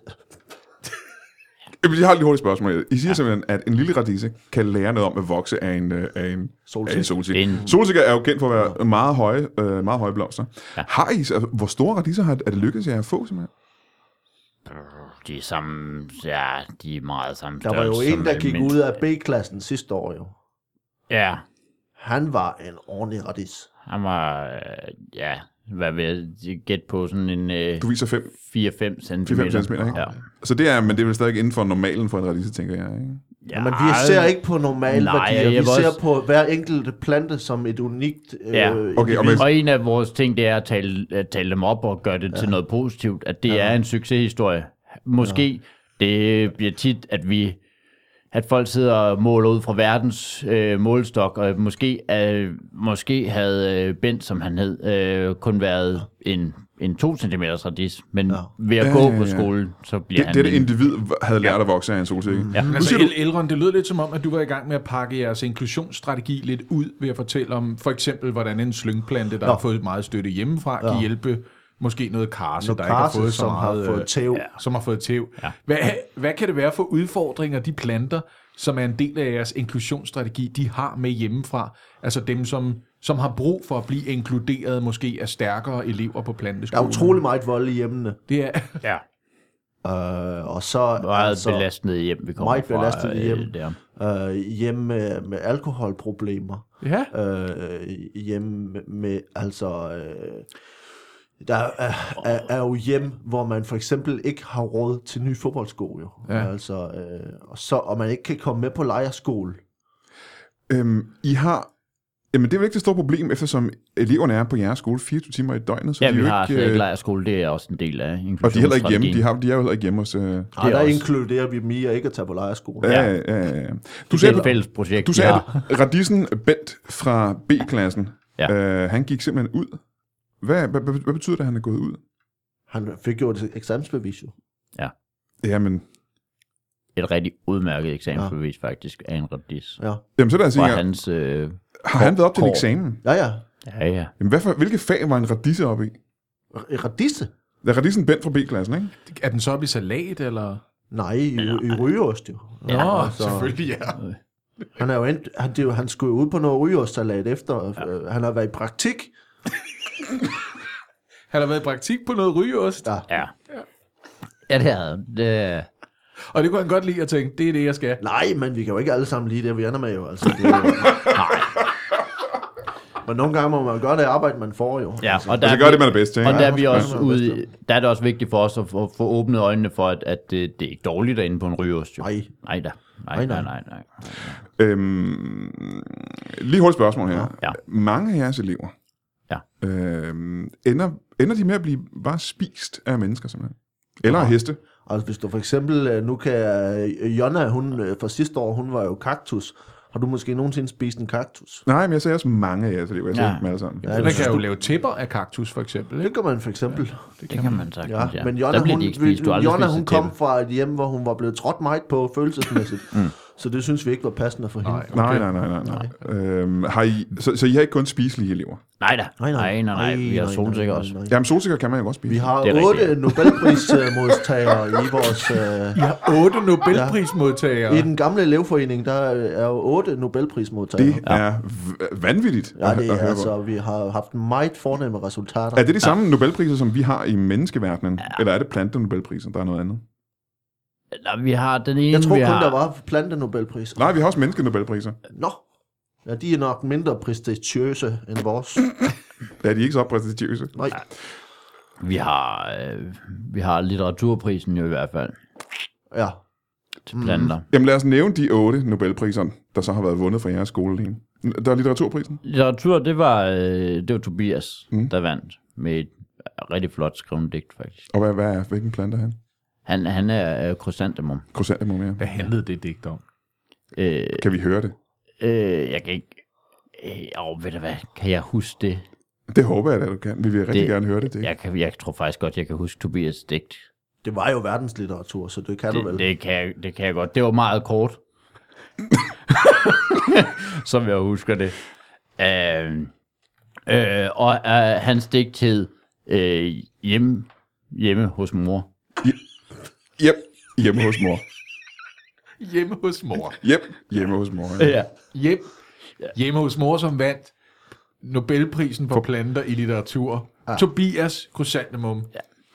Speaker 1: Jamen, Jeg har lige et hurtigt spørgsmål. I siger ja. simpelthen, at en lille radise kan lære noget om at vokse af en, øh, af en
Speaker 4: Solsikke.
Speaker 1: af en solsikke.
Speaker 3: Det er en-
Speaker 1: Solsikker er jo kendt for at være meget høje, øh, meget høje blomster. Ja. Har I, altså, hvor store radiser har, er det lykkedes jer at få, simpelthen?
Speaker 3: De er samme... Ja, de er meget samme
Speaker 4: Der var jo
Speaker 3: størrelse
Speaker 4: en,
Speaker 3: som
Speaker 4: der
Speaker 3: en
Speaker 4: gik
Speaker 3: mindre-
Speaker 4: ud af B-klassen sidste år jo.
Speaker 3: Ja,
Speaker 4: Han var en ordentlig radis.
Speaker 3: han var... øh, Ja, hvad vil jeg gætte på? Sådan en øh,
Speaker 1: Du viser 5
Speaker 3: 4-5 cm.
Speaker 1: 4-5 cm, ikke?
Speaker 3: Ja.
Speaker 1: Så det er, men det er vel stadig inden for normalen for en radise, tænker jeg. Ikke?
Speaker 3: ja.
Speaker 4: Men vi ser ikke på normale
Speaker 3: Nej,
Speaker 4: værdier.
Speaker 3: jeg
Speaker 4: Vi
Speaker 3: vil
Speaker 4: ser
Speaker 3: også-
Speaker 4: på hver enkelt plante som et unikt øh,
Speaker 3: Ja.
Speaker 1: Okay, og
Speaker 4: individ.
Speaker 1: men,
Speaker 3: Og en af vores ting, det er at tale, at tale dem op og gøre det ja. til noget positivt, at det ja. er en succeshistorie. Måske ja. det bliver tit, at vi at folk sidder og måler ud fra verdens øh, målstok, og måske, øh, måske havde øh, Bent, som han hed, øh, kun været en, en 2 cm radis, men ja. ved at
Speaker 1: Ja,
Speaker 3: gå
Speaker 1: ja,
Speaker 3: på
Speaker 1: ja.
Speaker 3: skolen, så bliver
Speaker 1: det,
Speaker 3: han
Speaker 1: det, det
Speaker 3: en-
Speaker 1: individ havde lært at vokse af en solsikke. Ja.
Speaker 2: Men altså, El- Elrond, det lød lidt som om, at du var i gang med at pakke jeres inklusionsstrategi lidt ud ved at fortælle om, for eksempel, hvordan en slyngplante, der Nå. har fået meget støtte hjemmefra, ja. kan hjælpe måske noget karse, noget der ikke har
Speaker 4: Karse,
Speaker 2: fået så
Speaker 4: som
Speaker 2: meget...
Speaker 4: har fået
Speaker 2: øh,
Speaker 4: tæv.
Speaker 2: ja. som har fået tæv. Ja. Hvad, hvad kan det være for udfordringer, de planter, som er en del af jeres inklusionsstrategi, de har med hjemmefra? Altså dem, som, som har brug for at blive inkluderet, måske er stærkere elever på
Speaker 4: Der er
Speaker 2: planteskolen.
Speaker 4: utrolig meget vold i hjemmene.
Speaker 2: Det er, <laughs>
Speaker 3: Ja.
Speaker 4: Øh, og så
Speaker 3: Meget altså, belastet hjem, vi kommer
Speaker 4: meget
Speaker 3: fra.
Speaker 4: belastet
Speaker 3: øh,
Speaker 4: hjem.
Speaker 3: Der.
Speaker 4: øh, hjemme med, med alkoholproblemer.
Speaker 2: ja.
Speaker 4: Øh, hjemme med, altså... Øh, der er, er, er jo hjem, hvor man for eksempel ikke har råd til nye fodboldsko, jo.
Speaker 2: Ja.
Speaker 4: Altså, øh, og, så, og man ikke kan komme med på lejerskole.
Speaker 1: Øhm, I har... Jamen, det er vel ikke det store problem, eftersom eleverne er på jeres skole 24 timer i døgnet, så
Speaker 3: Ja,
Speaker 1: de
Speaker 3: vi
Speaker 1: er
Speaker 3: har
Speaker 1: jo
Speaker 3: slet
Speaker 1: ikke...
Speaker 3: ikke
Speaker 1: øh,
Speaker 3: lejerskole, det er også en del af
Speaker 1: Og de er heller ikke hjemme.
Speaker 3: inklusionsstrategien.
Speaker 1: De, har, de er jo heller ikke hjemme hos... Øh, ja,
Speaker 4: Og
Speaker 3: er
Speaker 4: der
Speaker 3: også-
Speaker 4: inkluderer vi Mia ikke at tage på lejerskole.
Speaker 1: ja, ja, ja. Du
Speaker 3: Det er et
Speaker 1: sagde,
Speaker 3: fælles projekt,
Speaker 1: du
Speaker 3: vi
Speaker 1: sagde
Speaker 3: har.
Speaker 1: at Radisen Bent fra B-klassen,
Speaker 3: Ja.
Speaker 1: øh, han gik simpelthen ud. Hvad, hvad, hvad, hvad betyder det, at han er gået ud?
Speaker 4: Han fik jo et eksamensbevis, jo.
Speaker 1: Jamen,
Speaker 3: et rigtig udmærket eksamensbevis ja. faktisk af en radis.
Speaker 4: Ja,
Speaker 1: jamen så lad os sige,
Speaker 3: Fra
Speaker 1: ja.
Speaker 3: hans... Øh,
Speaker 1: har han været op til en
Speaker 3: Kår.
Speaker 1: eksamen?
Speaker 4: ja. ja.
Speaker 3: ja, ja.
Speaker 1: Jamen, hvad for, hvilke fag var en radise oppe i?
Speaker 4: Radisse?
Speaker 1: Det er Radisen Bent fra B-klassen, ikke?
Speaker 2: Er den så oppe i salat, eller...
Speaker 4: Nej, i, i rygeost, jo.
Speaker 3: Ja,
Speaker 2: Nå,
Speaker 4: altså.
Speaker 2: selvfølgelig, ja.
Speaker 4: Han er jo endt, han, det er jo, han skulle jo ud på noget rygeostsalat efter. Ja. Han har været i praktik.
Speaker 2: Han har været i praktik på noget rygeost,
Speaker 4: Ja.
Speaker 3: Ja, ja det havde han. det.
Speaker 2: og det kunne han godt lide at tænke, det er det, jeg skal.
Speaker 4: Nej, men vi kan jo ikke alle sammen lide det, vi ender med jo. Altså, det er jo...
Speaker 3: Nej.
Speaker 4: Men nogle gange må man gøre det arbejde, man får jo.
Speaker 3: Ja, og
Speaker 1: Og
Speaker 3: der,
Speaker 1: så Altså, gør det, man er bedst til.
Speaker 3: og der, er vi
Speaker 4: Ja,
Speaker 3: også
Speaker 4: ja.
Speaker 3: ude, i- der er det også vigtigt for os at få, få åbnet øjnene for, at, at øh, det, det er ikke dårligt derinde på en rygeost. Jo.
Speaker 4: Nej.
Speaker 3: Nej da. Nej,
Speaker 4: Nej,
Speaker 3: nej,
Speaker 4: nej.
Speaker 3: nej, nej.
Speaker 1: Øhm, lige hurtigt spørgsmål her.
Speaker 3: Ja.
Speaker 1: Mange af jeres elever,
Speaker 3: Ja.
Speaker 1: øhm, ender, ender de med at blive bare spist af mennesker simpelthen? Eller af heste?
Speaker 4: Altså hvis du for eksempel, øh, nu kan øh, Jonna, hun øh, fra sidste år, hun var jo kaktus. Har du måske nogensinde spist en kaktus?
Speaker 1: Nej, men jeg sagde også mange af jeres elever. Jeg sagde
Speaker 3: Ja.
Speaker 1: ja. dem alle sammen.
Speaker 4: Ja,
Speaker 1: Ja.
Speaker 2: Man
Speaker 4: det,
Speaker 2: kan jo lave tæpper af kaktus, for eksempel. Ikke?
Speaker 4: det gør man for eksempel.
Speaker 3: Det kan, man sagtens,
Speaker 4: Ja,
Speaker 3: ja.
Speaker 4: ja. men
Speaker 3: der
Speaker 4: Jonna,
Speaker 3: bliver
Speaker 4: hun,
Speaker 3: de ikke spist. Du har aldrig
Speaker 4: Jonna,
Speaker 3: spist
Speaker 4: hun
Speaker 3: et
Speaker 4: kom
Speaker 3: tæppe. <laughs>
Speaker 4: fra et hjem, hvor hun var blevet trådt meget på følelsesmæssigt. mm. Så det synes vi ikke var passende for hende.
Speaker 2: Nej.
Speaker 1: Nej, nej, nej, nej. nej. Øhm, har I, så, så I har ikke kun spiselige elever?
Speaker 3: Nej da. Nej, nej, nej, nej. Vi har solsikker også.
Speaker 4: nej.
Speaker 1: Jamen, solsikker kan man jo også spise.
Speaker 4: Vi har
Speaker 3: Det er
Speaker 4: otte
Speaker 3: rigtigt. <laughs>
Speaker 4: Nobelprismodtagere i vores... Øh,
Speaker 2: I har otte Nobelprismodtagere.
Speaker 4: I den gamle elevforening, der er jo otte Nobelprismodtagere.
Speaker 1: Det ja. er v- vanvittigt
Speaker 4: Ja, det er
Speaker 1: høre på.
Speaker 4: altså, vi har haft meget fornemme resultater.
Speaker 1: Er det de samme Nobelpriser, som vi har i menneskeverdenen? Ja. Eller er det plante-Nobelpriser, der er noget andet?
Speaker 3: Eller, vi har den ene,
Speaker 4: Jeg tror
Speaker 3: vi
Speaker 4: kun,
Speaker 3: har...
Speaker 4: der var plantenobelpriser.
Speaker 1: Nej, vi har også menneske-Nobelpriser.
Speaker 4: Nå, ja, de er nok mindre prestigiøse end
Speaker 1: <clears throat>
Speaker 4: vores.
Speaker 1: Der er de ikke så præsentiøse.
Speaker 4: Nej,
Speaker 3: Vi har, øh, vi har litteraturprisen jo i hvert fald
Speaker 4: ja.
Speaker 3: til planter. Mm.
Speaker 1: Jamen lad os nævne de otte Nobelpriser, der så har været vundet fra jeres skole. lige. Der er litteraturprisen.
Speaker 3: Litteratur, det var, øh, det var Tobias, mm. der vandt med et rigtig flot skrevet digt, faktisk.
Speaker 1: Og hvad, hvad er, hvilken plante er han?
Speaker 3: Han, han er øh, krysantemum.
Speaker 1: Krysantemum, ja.
Speaker 2: Hvad handlede det digt om?
Speaker 3: Øh,
Speaker 1: Kan vi høre det?
Speaker 3: øh, jeg kan ikke... Øh, åh, ved du hvad, kan jeg huske det?
Speaker 1: Det håber jeg, at du kan. Vi vil rigtig det,
Speaker 3: Det-
Speaker 1: gerne høre det. det.
Speaker 3: Jeg, kan, jeg tror faktisk godt, jeg kan huske Tobias digt.
Speaker 4: Det var jo verdenslitteratur, så det kan du vel.
Speaker 3: Det, det, kan jeg, det kan jeg godt. Det var meget
Speaker 4: <coughs>
Speaker 3: kort. Som jeg husker det. Øh, øh, og øh, hans digt hed øh, hjemme, hjemme hos mor.
Speaker 1: Yep. Hjemme hos mor.
Speaker 2: Hjemme hos mor.
Speaker 1: Yep. Hjemme hos mor. Ja.
Speaker 2: Hjem. Hjemme hos mor, som vandt Nobelprisen for planter i litteratur. Tobias Chrysanthemum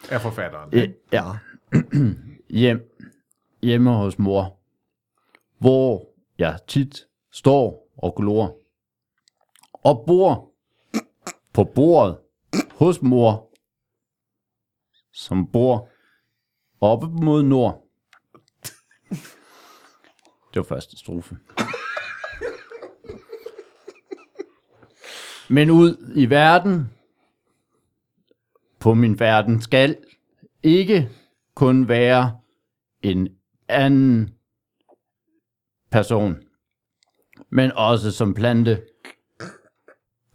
Speaker 2: er forfatteren.
Speaker 3: Øh, ja. <clears throat> Hjem, hjemme hos mor. Hvor jeg tit står og glor. Og bor på bordet hos mor. Som bor oppe mod nord. Det var første strofe. Men ud i verden, på min verden skal ikke kun være en anden person, men også som plante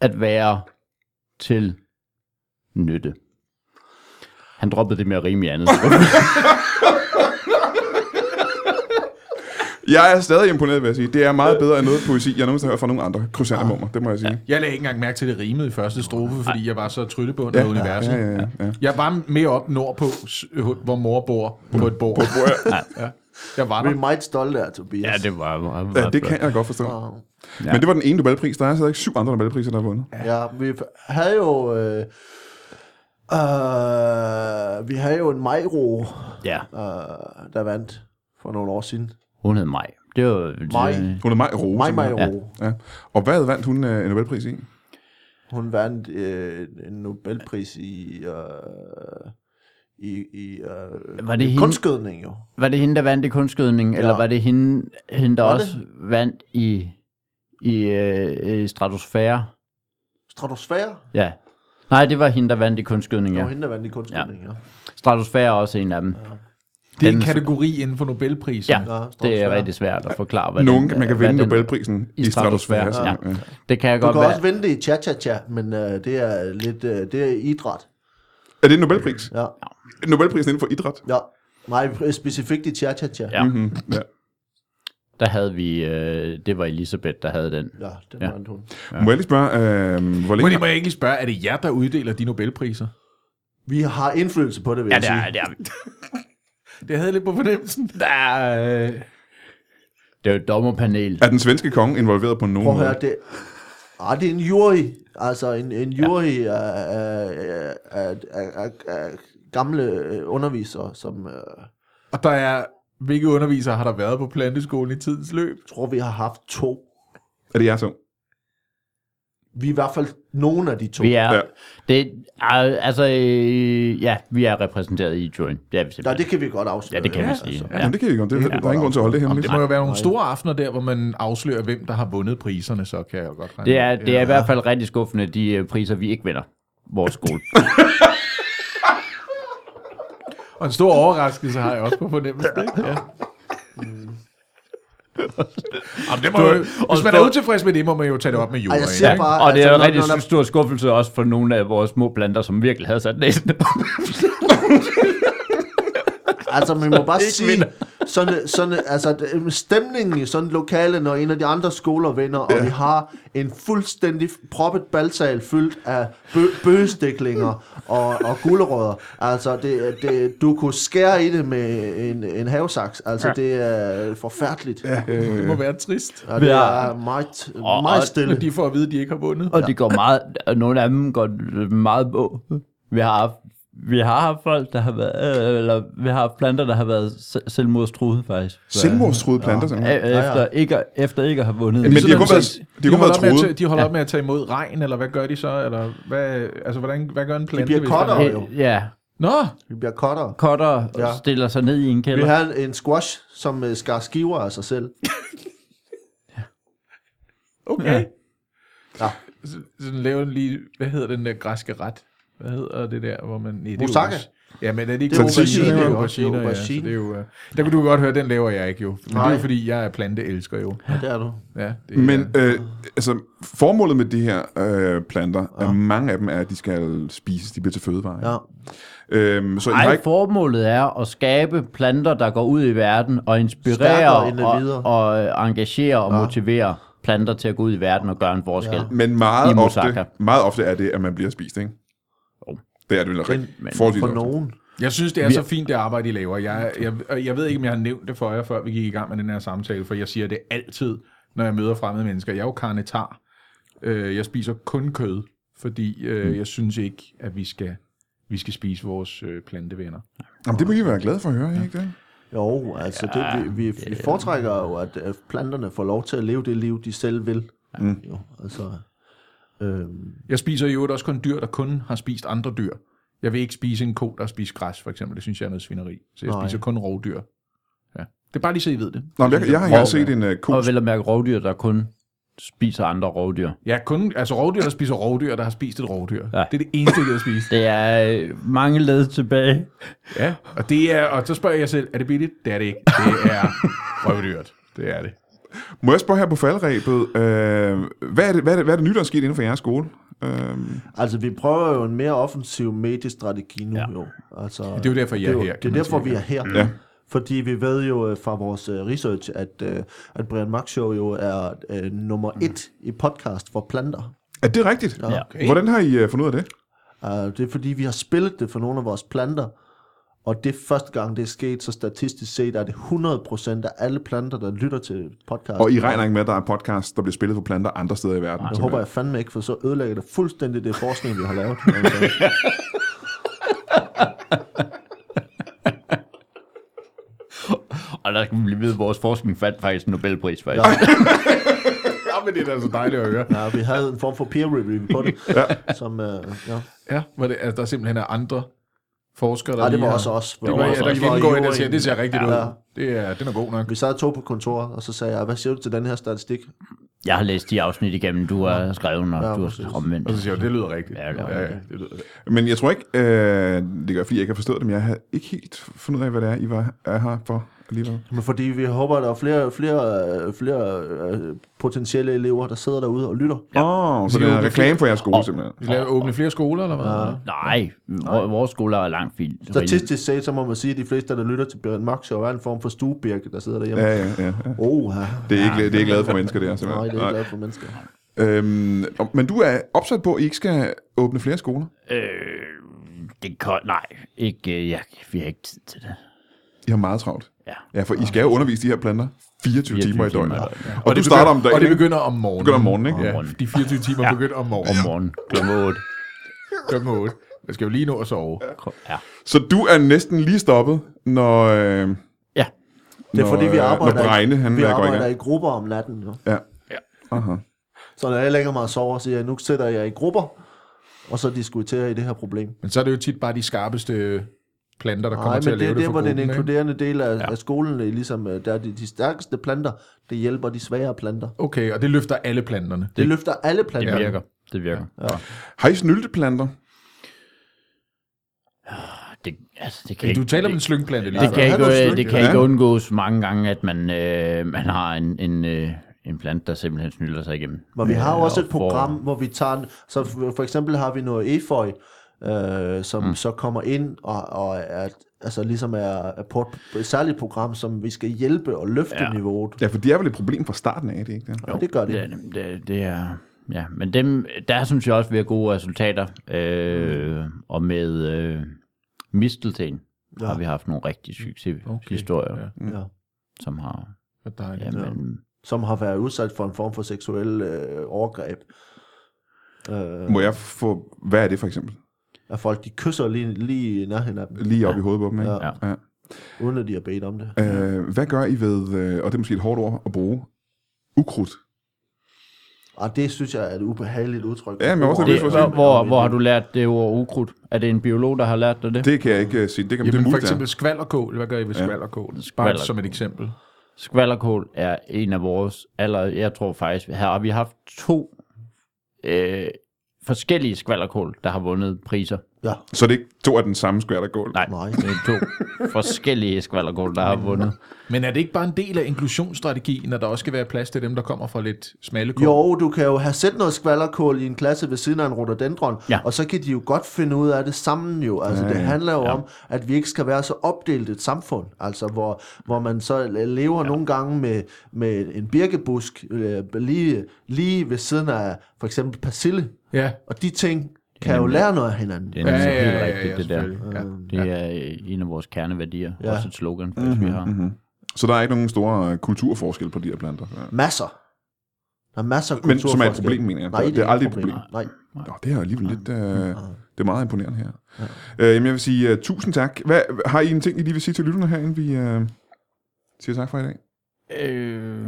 Speaker 3: at være til nytte. Han droppede det med at rime i andet.
Speaker 1: Jeg er stadig imponeret, vil jeg sige. Det er meget bedre end noget poesi, jeg nogensinde har hørt fra nogle andre krysantemummer. Det må jeg sige.
Speaker 2: Jeg lagde ikke engang mærke til, at det rimede i første strofe, fordi jeg var så tryllebundet
Speaker 1: Ja,
Speaker 2: af universet.
Speaker 1: ja, ja, ja, ja.
Speaker 2: Jeg var mere op nordpå, s- øh, hvor mor bor på et bord. ja. Jeg var
Speaker 4: Vi er
Speaker 2: der.
Speaker 4: meget stolte af Tobias.
Speaker 3: <laughs> ja, det var, var, var
Speaker 1: Ja, det kan jeg godt forstå. Men det var den ene Nobelpris. Der er stadig syv andre Nobelpriser, der er vundet.
Speaker 4: Ja, vi f- havde jo... Øh, øh, vi havde jo en Majro,
Speaker 3: Ja,
Speaker 4: øh, der vandt for nogle år siden.
Speaker 3: hun hed Maj. Det var...
Speaker 4: Maj.
Speaker 1: Hun er Maj
Speaker 3: Uh,
Speaker 1: Rose.
Speaker 4: Maj Majro.
Speaker 1: simpelthen.
Speaker 4: Ja.
Speaker 1: Ja. Og hvad vandt hun øh, en Nobelpris i?
Speaker 4: Hun vandt øh, en Nobelpris i, øh, i, i øh,
Speaker 3: Var det hende?
Speaker 4: kunstgødning jo.
Speaker 3: Var det hende, der vandt i kunstgødning, ja. eller var det hende, hende der
Speaker 4: Var
Speaker 3: var
Speaker 4: det?
Speaker 3: også det? vandt i, i øh, øh, stratosfære?
Speaker 4: Stratosfære.
Speaker 3: Ja. Nej, det var hende, der vandt i kunstgødning,
Speaker 4: Det var
Speaker 3: ja.
Speaker 4: hende, der vandt i kunstgødning, ja. ja.
Speaker 3: Stratosfære er også en af dem.
Speaker 2: Det er en
Speaker 3: Den-
Speaker 2: kategori inden for Nobelprisen.
Speaker 3: Ja, det er
Speaker 4: stratosfære.
Speaker 3: rigtig svært at forklare, hvad
Speaker 1: Nogen,
Speaker 3: den,
Speaker 1: man kan
Speaker 3: øh, hvad
Speaker 1: vinde
Speaker 3: den-
Speaker 1: Nobelprisen i stratosfære.
Speaker 3: Ja.
Speaker 1: Ja.
Speaker 3: Det kan jeg
Speaker 4: Du
Speaker 3: godt
Speaker 4: kan
Speaker 3: være.
Speaker 4: også vinde det i cha-cha-cha, men øh, det er lidt øh, det er idræt.
Speaker 1: Er det en Nobelpris?
Speaker 4: Ja.
Speaker 1: Nobelprisen inden for idræt?
Speaker 4: ja. Nej, specifikt i cha-cha-cha.
Speaker 3: Ja.
Speaker 1: Mm, ja.
Speaker 3: Der havde vi, øh, det var Elisabeth, der havde den.
Speaker 4: ja det
Speaker 3: Ja.
Speaker 4: var en hun.
Speaker 1: Må jeg lige spørge, øh, hvor
Speaker 2: Må,
Speaker 1: længe...
Speaker 2: jeg- må jeg ikke lige spørge, er det jer, der uddeler de Nobelpriser?
Speaker 4: Vi har indflydelse på det, vil jeg sige.
Speaker 3: det er
Speaker 2: Det havde jeg lidt på fornemmelsen.
Speaker 3: Der er, øh, det er jo et dommerpanel.
Speaker 1: Er den svenske konge involveret på nogen
Speaker 4: Prøv at høre,
Speaker 1: måde?
Speaker 4: det, ah, det er en jury. Altså en, en jury ja. af, af, af, af, af gamle øh, undervisere, som øh,
Speaker 2: Og der er, hvilke undervisere har der været på planteskolen i tidens løb?
Speaker 4: tror, vi har haft to.
Speaker 1: Er det jer så?
Speaker 4: Vi er i hvert fald nogen af de to.
Speaker 3: Vi er,
Speaker 1: Ja.
Speaker 3: ja. det er, altså, øh, ja, vi er repræsenteret i juryen. Det er vi
Speaker 4: Nå,
Speaker 3: simpelthen.
Speaker 4: det altså. kan vi godt afsløre.
Speaker 3: Ja, det kan vi sige.
Speaker 1: Ja. Jamen, det kan vi godt. Det, der er ingen grund til at holde det
Speaker 2: Jamen,
Speaker 1: hemmeligt.
Speaker 2: det må jo være nogle store aftener der, hvor man afslører, hvem der har vundet priserne, så kan jeg jo godt regne.
Speaker 3: Det er,
Speaker 2: ud.
Speaker 3: det er i hvert fald rigtig skuffende, de øh, priser, vi ikke vinder. Vores skole.
Speaker 2: Og en stor overraskelse har jeg også på fornemmelsen. ikke? Ja. Jamen, det må jo, hvis man er utilfreds med det, må man jo tage det op med
Speaker 4: Ej,
Speaker 2: jorden.
Speaker 4: jeg siger <laughs> bare,
Speaker 3: og det er
Speaker 4: altså,
Speaker 3: en
Speaker 4: når-
Speaker 3: rigtig
Speaker 4: når-
Speaker 3: stor skuffelse også for nogle af vores små planter, som virkelig havde sat næsen.
Speaker 4: Altså, man må bare sige, sådan, sådan, altså, det- stemningen i sådan et lokale, når en af de andre skoler vinder, og vi har en fuldstændig proppet balsal fyldt af bø- bøgestiklinger og, og gulerødder. Altså, det, det, du kunne skære i det med en, en havesaks. Altså,
Speaker 1: Ja.
Speaker 4: det er forfærdeligt. Ja.
Speaker 2: det må være trist,
Speaker 4: Og det
Speaker 3: Ja.
Speaker 4: er meget,
Speaker 3: Og- og-
Speaker 4: meget stille.
Speaker 2: når de får at vide, at de ikke har vundet.
Speaker 3: Og det går meget, og nogle af dem går meget på. Vi har haft, vi har haft folk, der har været, øh, eller vi har haft planter, der har været se- selvmordstruede faktisk.
Speaker 1: Selvmordstruede planter,
Speaker 3: Øh,
Speaker 1: simpelthen.
Speaker 3: Efter, ikke, at- efter ikke at have vundet.
Speaker 1: Men de har
Speaker 2: sådan,
Speaker 1: kun været,
Speaker 2: så
Speaker 1: de har kun været
Speaker 2: holder op med at
Speaker 1: troede.
Speaker 2: tage- De holder op med at tage imod regn, eller hvad gør de så? Eller hvad, altså, hvordan, hvad gør en plante?
Speaker 4: bliver
Speaker 2: hvis der er-
Speaker 4: kottere.
Speaker 3: Øh, Ja,
Speaker 2: Nå,
Speaker 4: Vi bliver kottere.
Speaker 3: Kotter ja.
Speaker 4: Ja.
Speaker 3: stiller sig ned i en
Speaker 4: Vi
Speaker 3: kælder.
Speaker 4: har en- en squash, som øh, skar skiver af sig selv.
Speaker 2: okay.
Speaker 4: Ja.
Speaker 2: Så, sådan lave en lige, hvad hedder den der græske ret? Hvad hedder det der, hvor man... Nej, det er
Speaker 4: Moussaka?
Speaker 2: aubergine. Ja, men er det ikke
Speaker 4: Det er
Speaker 2: aubergine?
Speaker 4: aubergine,
Speaker 2: Det er
Speaker 4: jo.
Speaker 2: aubergine,
Speaker 4: Det er
Speaker 2: ja. Så
Speaker 4: aubergine.
Speaker 2: det er jo, øh, der kunne du godt høre, den laver jeg ikke jo. Men det er
Speaker 4: Nej.
Speaker 2: jo fordi, jeg er planteelsker jo.
Speaker 4: Ja, det er du.
Speaker 2: Ja, det er,
Speaker 1: Men øh, altså, formålet med de her øh, planter, ja. mange af dem er, at de skal spises, de bliver til fødevare.
Speaker 4: Ja.
Speaker 1: Øhm, så I har
Speaker 3: Ej,
Speaker 1: ikke...
Speaker 3: formålet er at skabe planter, der går ud i verden og inspirere
Speaker 4: Stærkere individer.
Speaker 3: og, og øh, engagere og ja. motivere planter til at gå ud i verden og gøre en forskel. Ja.
Speaker 4: Ja.
Speaker 1: Men
Speaker 3: I
Speaker 1: meget
Speaker 3: Moussaka.
Speaker 1: ofte, meget ofte er det, at man bliver spist, ikke? Det er det vel rigtig forholdsvis
Speaker 4: For
Speaker 1: ofte.
Speaker 4: nogen.
Speaker 2: Jeg synes, det er så fint, det arbejde, I laver. Jeg, jeg, og jeg ved ikke, om jeg har nævnt det for jer, før vi gik i gang med den her samtale, for jeg siger det altid, når jeg møder fremmede mennesker. Jeg er jo karnetar. Øh, Jeg spiser kun kød, fordi øh, jeg synes ikke, at vi skal, vi skal spise vores øh, plantevenner.
Speaker 1: Jamen, det må I være glade for at høre, ikke det?
Speaker 4: Jo, altså ja, det, vi, vi, vi foretrækker jo, at øh, planterne får lov til at leve det liv, de selv vil. Mm. Jo, altså, øhm,
Speaker 2: Jeg spiser i øvrigt også kun dyr, der kun har spist andre dyr. Jeg vil ikke spise en ko, der har spist græs, for eksempel. Det synes jeg er noget svineri. Så jeg
Speaker 4: Nej.
Speaker 2: spiser kun rovdyr. Ja. Det er bare lige så, I ved det. Ligesom-
Speaker 1: Nå, men jeg, jeg har engang set en uh, ko...
Speaker 3: Og vel at mærke rovdyr, der kun spiser andre rovdyr.
Speaker 2: Ja, kun, altså rovdyr, der spiser rovdyr, der har spist et rovdyr.
Speaker 3: Ja.
Speaker 2: Ja. Det er det eneste, jeg har spist.
Speaker 3: Det er øh, mange led tilbage.
Speaker 2: Ja, og, det er, og så spørger jeg selv, er det billigt? Det er det ikke. Det er røvdyrt. Det er det.
Speaker 1: Må jeg spørge her på faldrebet, øh, hvad, er det, hvad, er det, hvad er det nye, der er sket inden for jeres skole? Øh,
Speaker 4: altså, vi prøver jo en mere offensiv mediestrategi nu. Ja. Jo. Altså,
Speaker 2: Det er jo derfor, I er
Speaker 4: det, jo-
Speaker 2: her, kan
Speaker 4: Det er
Speaker 2: man
Speaker 4: derfor,
Speaker 2: sige.
Speaker 4: vi er her.
Speaker 1: Ja.
Speaker 4: Fordi vi ved jo øh, fra vores øh, research, at, øh, at Brian Mørk Show jo er øh, nummer
Speaker 2: Mm.
Speaker 4: et i podcast for planter.
Speaker 1: er det rigtigt?
Speaker 3: Ja.
Speaker 1: Okay. Hvordan har I uh, fundet ud af det?
Speaker 4: Uh, det er fordi, vi har spillet det for nogle af vores planter, og det er første gang, det er sket, så statistisk set er det 100% af alle planter, der lytter til podcasten.
Speaker 1: Og I regner ikke med, at der er podcast, der bliver spillet på planter andre steder i verden?
Speaker 4: Det
Speaker 1: simpelthen?
Speaker 4: håber jeg fandme ikke, for så ødelægger det fuldstændig det forskning, vi har
Speaker 1: <laughs>
Speaker 4: lavet. øh,
Speaker 3: Og der skal vi lige vide, at vores forskning fandt faktisk en Nobelpris. Faktisk.
Speaker 2: Ja, men det er altså dejligt at høre.
Speaker 4: ja, vi havde en form for peer review på det, ja. som... Uh, ja.
Speaker 2: Ja, hvor det, altså, der simpelthen er andre forskere, der
Speaker 4: Ej, det
Speaker 2: lige
Speaker 4: var
Speaker 2: har-
Speaker 4: også os.
Speaker 2: Det var, ja, der gennemgår en, der siger, det ser rigtigt
Speaker 4: Ja.
Speaker 2: ud. Det er, den er god nok.
Speaker 4: Vi sad to på kontoret, og så sagde jeg, hvad siger du til den her statistik?
Speaker 3: Jeg har læst de afsnit igennem, du har skrevet, og
Speaker 4: Ja,
Speaker 3: du
Speaker 4: præcis.
Speaker 3: har omvendt.
Speaker 2: Og så siger jeg, det lyder rigtigt.
Speaker 3: Ja, det gør
Speaker 2: ja, det lyder rigtigt.
Speaker 1: Men jeg tror ikke, øh, det gør fordi jeg ikke har forstået det, men jeg har ikke helt fundet ud af, hvad det er, I var, er her for alligevel.
Speaker 4: Men fordi vi håber, at der er flere, flere, øh, flere øh, potentielle elever, der sidder derude og lytter.
Speaker 1: Åh, oh, så det er en reklame for jeres skole, oh. simpelthen.
Speaker 2: Vi laver åbne flere skoler, eller hvad? Ja.
Speaker 3: Nej, vor- vores skoler er langt fint.
Speaker 4: Statistisk set, så må man sige, at de fleste, der lytter til Bjørn Max, er en form for stuebirke, der sidder derhjemme.
Speaker 1: Ja,
Speaker 4: Ja.
Speaker 1: ja, ja. ja.
Speaker 4: Oh, ja.
Speaker 1: Det er ikke, det er ikke lavet for mennesker, det her,
Speaker 4: Nej,
Speaker 1: simpelthen.
Speaker 4: det er ikke glad for mennesker.
Speaker 1: Øhm, og- men du er opsat på, at I ikke skal åbne flere skoler.
Speaker 3: Øh, det kan, nej, ikke, øh, jeg, vi har ikke tid til det.
Speaker 1: I har meget travlt.
Speaker 3: Ja.
Speaker 1: Ja, for I skal jo undervise de her planter 24 timer i døgnet.
Speaker 3: timer i
Speaker 1: Og, og du starter om dagen,
Speaker 2: Og det
Speaker 1: ikke?
Speaker 2: begynder om morgenen.
Speaker 1: begynder om morgenen, ikke?
Speaker 2: Ja, de 24 timer
Speaker 3: Ja.
Speaker 2: begynder om
Speaker 3: Om
Speaker 2: morgenen.
Speaker 3: morgenen kl. 8.
Speaker 2: Klokken 8. Jeg skal jo lige nå at sove.
Speaker 3: Ja.
Speaker 1: Så du er næsten lige stoppet, når... Øh,
Speaker 3: ja.
Speaker 4: Det er
Speaker 1: når,
Speaker 4: fordi, vi
Speaker 1: øh,
Speaker 4: arbejder,
Speaker 1: Når Bregne, han
Speaker 4: i, vi
Speaker 1: øh, går i
Speaker 4: arbejder
Speaker 1: gang.
Speaker 4: i grupper om natten. Jo.
Speaker 1: Ja. Aha.
Speaker 4: Så når jeg lægger mig og sover, siger jeg, nu sætter jeg i grupper, og så diskuterer I det her problem.
Speaker 2: Men så er det jo tit bare de skarpeste planter, der kommer
Speaker 4: Nej,
Speaker 2: til
Speaker 4: men
Speaker 2: at
Speaker 4: det
Speaker 2: lave
Speaker 4: er
Speaker 2: det,
Speaker 4: det,
Speaker 2: for
Speaker 4: hvor den
Speaker 2: gruppen. ikke?
Speaker 4: inkluderende del af, ja. af skolen, øh, ligesom, øh, der er de, de stærkeste planter, det hjælper de svagere planter.
Speaker 2: Okay, og det løfter alle planterne.
Speaker 4: Det løfter alle planter.
Speaker 3: Det virker. Det virker.
Speaker 1: Har I snylteplanter?
Speaker 3: Det, altså, det kan
Speaker 2: Ja.
Speaker 3: ikke,
Speaker 2: Du taler om en slyngplante lige
Speaker 3: det,
Speaker 2: før.
Speaker 3: kan
Speaker 4: Ja,
Speaker 3: ikke,
Speaker 4: det er
Speaker 3: øh, det kan
Speaker 1: Ja.
Speaker 3: ikke undgås mange gange, at man, øh, man har en, en, øh, en plant, der simpelthen snylder sig igennem.
Speaker 4: Men vi har jo
Speaker 3: Øh,
Speaker 4: også et
Speaker 3: og får-
Speaker 4: program, hvor vi tager... en- Så f- for eksempel har vi noget efeu, øh, som mm. så kommer ind og, og er altså ligesom er, er på et, et særligt program, som vi skal hjælpe og løfte
Speaker 3: Ja.
Speaker 4: ja. niveauet.
Speaker 1: Ja, for det er vel et problem fra starten af, er det ikke det?
Speaker 4: Jo, det gør det.
Speaker 3: Det, er- det, det er... Ja, men dem, der synes jeg også, vi har gode resultater. Øh, og med øh, mistelten ja.
Speaker 4: Ja.
Speaker 3: har vi haft nogle rigtig succeshistorier, okay. ja.
Speaker 4: Ja.
Speaker 3: som har...
Speaker 2: Hvor dejligt. Ja.
Speaker 3: Jamen,
Speaker 4: Som har været udsat for en form for seksuel øh, overgreb. Øh,
Speaker 1: Må jeg få... Hvad er det for eksempel?
Speaker 4: at folk de kysser lige, lige i nærheden af dem,
Speaker 1: Lige op ja. i hovedet på dem, ikke?
Speaker 4: Ja.
Speaker 1: ja.
Speaker 4: uden at de har bedt om det.
Speaker 1: Øh, hvad gør I ved, øh, og det er måske et hårdt ord at bruge, ukrudt?
Speaker 4: Og det synes jeg er et ubehageligt udtryk.
Speaker 1: Ja, men også
Speaker 3: det,
Speaker 1: hvis man
Speaker 3: hvor, hvor, hvor har du lært det ord ukrudt? Er det en biolog, der har lært dig det? det.
Speaker 1: Det kan jeg ikke uh, sige. Det kan det
Speaker 2: Jamen
Speaker 1: er
Speaker 2: for
Speaker 1: muligt,
Speaker 2: eksempel skvalderkål. Hvad gør I ved skvalderkål? Bare
Speaker 3: Skvalderkål.
Speaker 2: som et eksempel.
Speaker 3: Skvallerkål er en af vores... Aller, jeg tror faktisk, her har vi haft to øh, forskellige skvallerkål, der har vundet priser.
Speaker 4: Ja,
Speaker 1: ja. Så det er ikke to af den samme skvattergulv?
Speaker 3: Nej,
Speaker 4: Nej.
Speaker 3: det er to forskellige skvallerkål, der har vundet.
Speaker 2: Men er det ikke bare en del af inklusionsstrategien, når der også skal være plads til dem, der kommer fra lidt smalle kår?
Speaker 4: Jo, du kan jo have sendt noget skvallerkål i en klasse ved siden af en rhododendron,
Speaker 3: Ja.
Speaker 4: og så kan de jo godt finde ud af det sammen jo. Altså, det handler jo ja. om, at vi ikke skal være så opdelt et samfund, altså hvor, hvor man så lever ja. nogle gange med, med en birkebusk øh, lige, lige ved siden af for eksempel persille,
Speaker 2: Ja.
Speaker 4: og de ting kan jo lære noget af hinanden.
Speaker 3: Det
Speaker 4: Ja.
Speaker 3: er nemlig
Speaker 2: Ja, ja,
Speaker 3: helt
Speaker 2: ja,
Speaker 3: rigtigt,
Speaker 2: ja,
Speaker 3: det der.
Speaker 2: selvfølgelig. Ja.
Speaker 3: Det er øh, en af vores kerneværdier. Ja.
Speaker 4: Ja.
Speaker 3: Også et slogan, faktisk, vi har. Mm-hmm.
Speaker 1: Så der er ikke nogen store øh, kulturforskelle på de her planter? Ja.
Speaker 4: Masser. Der er masser af
Speaker 1: Men som er et
Speaker 4: kulturforskelle.
Speaker 1: problem, mener jeg.
Speaker 4: Nej,
Speaker 1: det, er aldrig et problem.
Speaker 4: Nej.
Speaker 1: Nå, det er alligevel lidt... Øh, det er meget imponerende her. Øh, jamen, jeg vil sige uh, tusind tak. Hvad, har I en ting, I lige vil sige til lytterne her, inden vi uh, siger tak for i dag?
Speaker 3: Øh...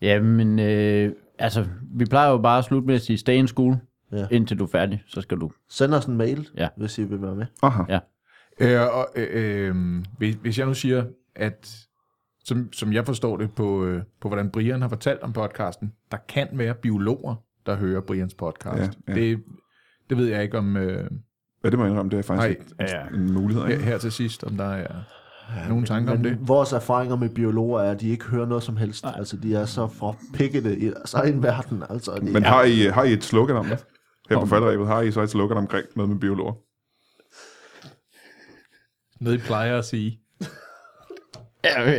Speaker 3: Jamen, øh, altså, vi plejer jo bare at slutte med at sige, stay in school, ja.
Speaker 4: Ja.
Speaker 3: indtil du er færdig, så skal du.
Speaker 4: Send os en mail,
Speaker 3: Ja.
Speaker 4: ja. hvis I vil være med.
Speaker 1: Aha.
Speaker 3: Ja.
Speaker 2: Øh, og, øh, øh, hvis- hvis jeg nu siger, at som, som jeg forstår det på, øh, på, hvordan Brian har fortalt om podcasten, der kan være biologer, der hører Brians podcast.
Speaker 1: Ja,
Speaker 2: Ja,
Speaker 1: ja.
Speaker 2: ja. Det, det ved jeg ikke om øh,
Speaker 1: ja, det må jeg indrømme. Det er faktisk
Speaker 2: Nej,
Speaker 1: et,
Speaker 3: ja.
Speaker 1: en mulighed.
Speaker 2: her,
Speaker 1: Ikke?
Speaker 2: her til sidst, om der er nogen tanker om det.
Speaker 4: Men vores erfaringer med biologer er, at de ikke hører noget som helst. Nej. Altså, de er så forpikkede i deres egen verden. Altså, de,
Speaker 1: Men
Speaker 4: Men,
Speaker 1: har I, har I et slogan om det? Her på faldrebet har I så et slogan omkring noget med biologer.
Speaker 2: Noget, I plejer at sige.
Speaker 3: Ja, vi,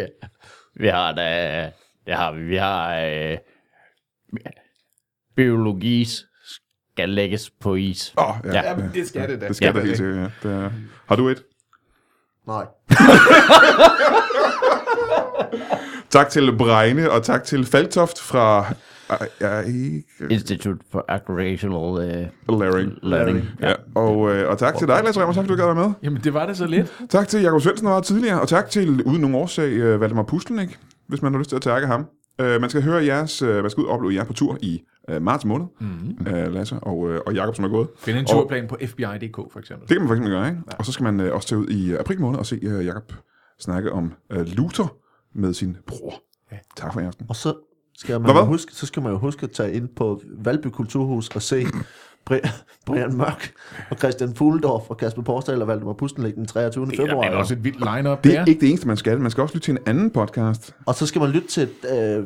Speaker 3: vi har da, det har vi, vi har, øh, biologi skal lægges på is.
Speaker 1: Åh, oh,
Speaker 3: Ja.
Speaker 2: det skal det da.
Speaker 1: Det skal ja,
Speaker 3: Ja.
Speaker 1: der helt sikkert, ja. Det er, har du et?
Speaker 4: nej.
Speaker 1: Tak til Bregne, og tak til Faltoft fra... Ej, Jeg er ikke...
Speaker 3: Institute for Agricultural øh,
Speaker 1: Larry.
Speaker 3: Learning.
Speaker 1: Ja. Og, øh, og tak til dig, Lasse Remmer. Tak, fordi du gad være med.
Speaker 2: Jamen, det var det så lidt.
Speaker 1: Tak til Jakob Svendsen, der var tidligere, og tak til, uden nogen årsag, øh, Valdemar Pustelnik, hvis man har lyst til at takke ham. Øh, man skal høre jeres, øh, man skal ud og opleve jer på tur i øh, marts måned,
Speaker 4: Mhm.
Speaker 1: mm-hmm. øh, Lasse og, øh, og Jakob, som er gået.
Speaker 2: Find en
Speaker 1: Og,
Speaker 2: turplan på FBI.dk, for eksempel.
Speaker 1: det kan man for eksempel gøre, ikke? Og så skal man øh, også tage ud i øh, april måned og se øh, Jakob snakke om øh, Luther med sin bror. Tak for i aften.
Speaker 4: Og så skal, man
Speaker 1: Hvad, hvad?
Speaker 4: jo huske, så skal man jo huske at tage ind på Valby Kulturhus og se Bri- Brian Mørk og Christian Fuldorf og Kasper Porsdal og Valdemar Pustenlæg den 23.
Speaker 2: Det er
Speaker 4: februar.
Speaker 2: da også et vildt line-up
Speaker 1: Det er
Speaker 2: der.
Speaker 1: ikke det eneste, man skal. Man skal også lytte til en anden podcast.
Speaker 4: Og så skal man lytte til øh,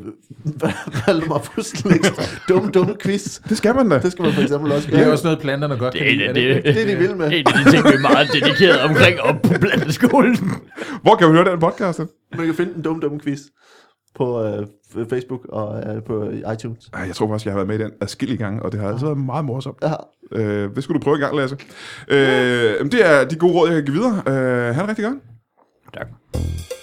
Speaker 4: Valdemar Pustenlægs dumme, dumme quiz.
Speaker 1: Det skal man da.
Speaker 4: Det skal man for eksempel også
Speaker 2: Det er
Speaker 4: gøre.
Speaker 2: også noget, planterne godt kan lide. er
Speaker 3: Det,
Speaker 2: det
Speaker 3: det,
Speaker 2: ikke?
Speaker 3: det,
Speaker 4: Det er de vil med.
Speaker 3: en af de ting, vi er meget dedikeret omkring op på blandeskolen.
Speaker 1: Hvor kan man høre den podcast? hen?
Speaker 4: Man kan finde den dumme, dumme quiz på øh, Facebook og øh, på iTunes.
Speaker 1: Ej, Jeg tror faktisk, jeg har været med i den adskillige gange, og det har altså været meget morsomt.
Speaker 4: Ja.
Speaker 1: Øh, det skulle du prøve en gang, Lasse. Øh, men det er de gode råd, jeg kan give videre. Øh, han er rigtig godt.
Speaker 3: Tak.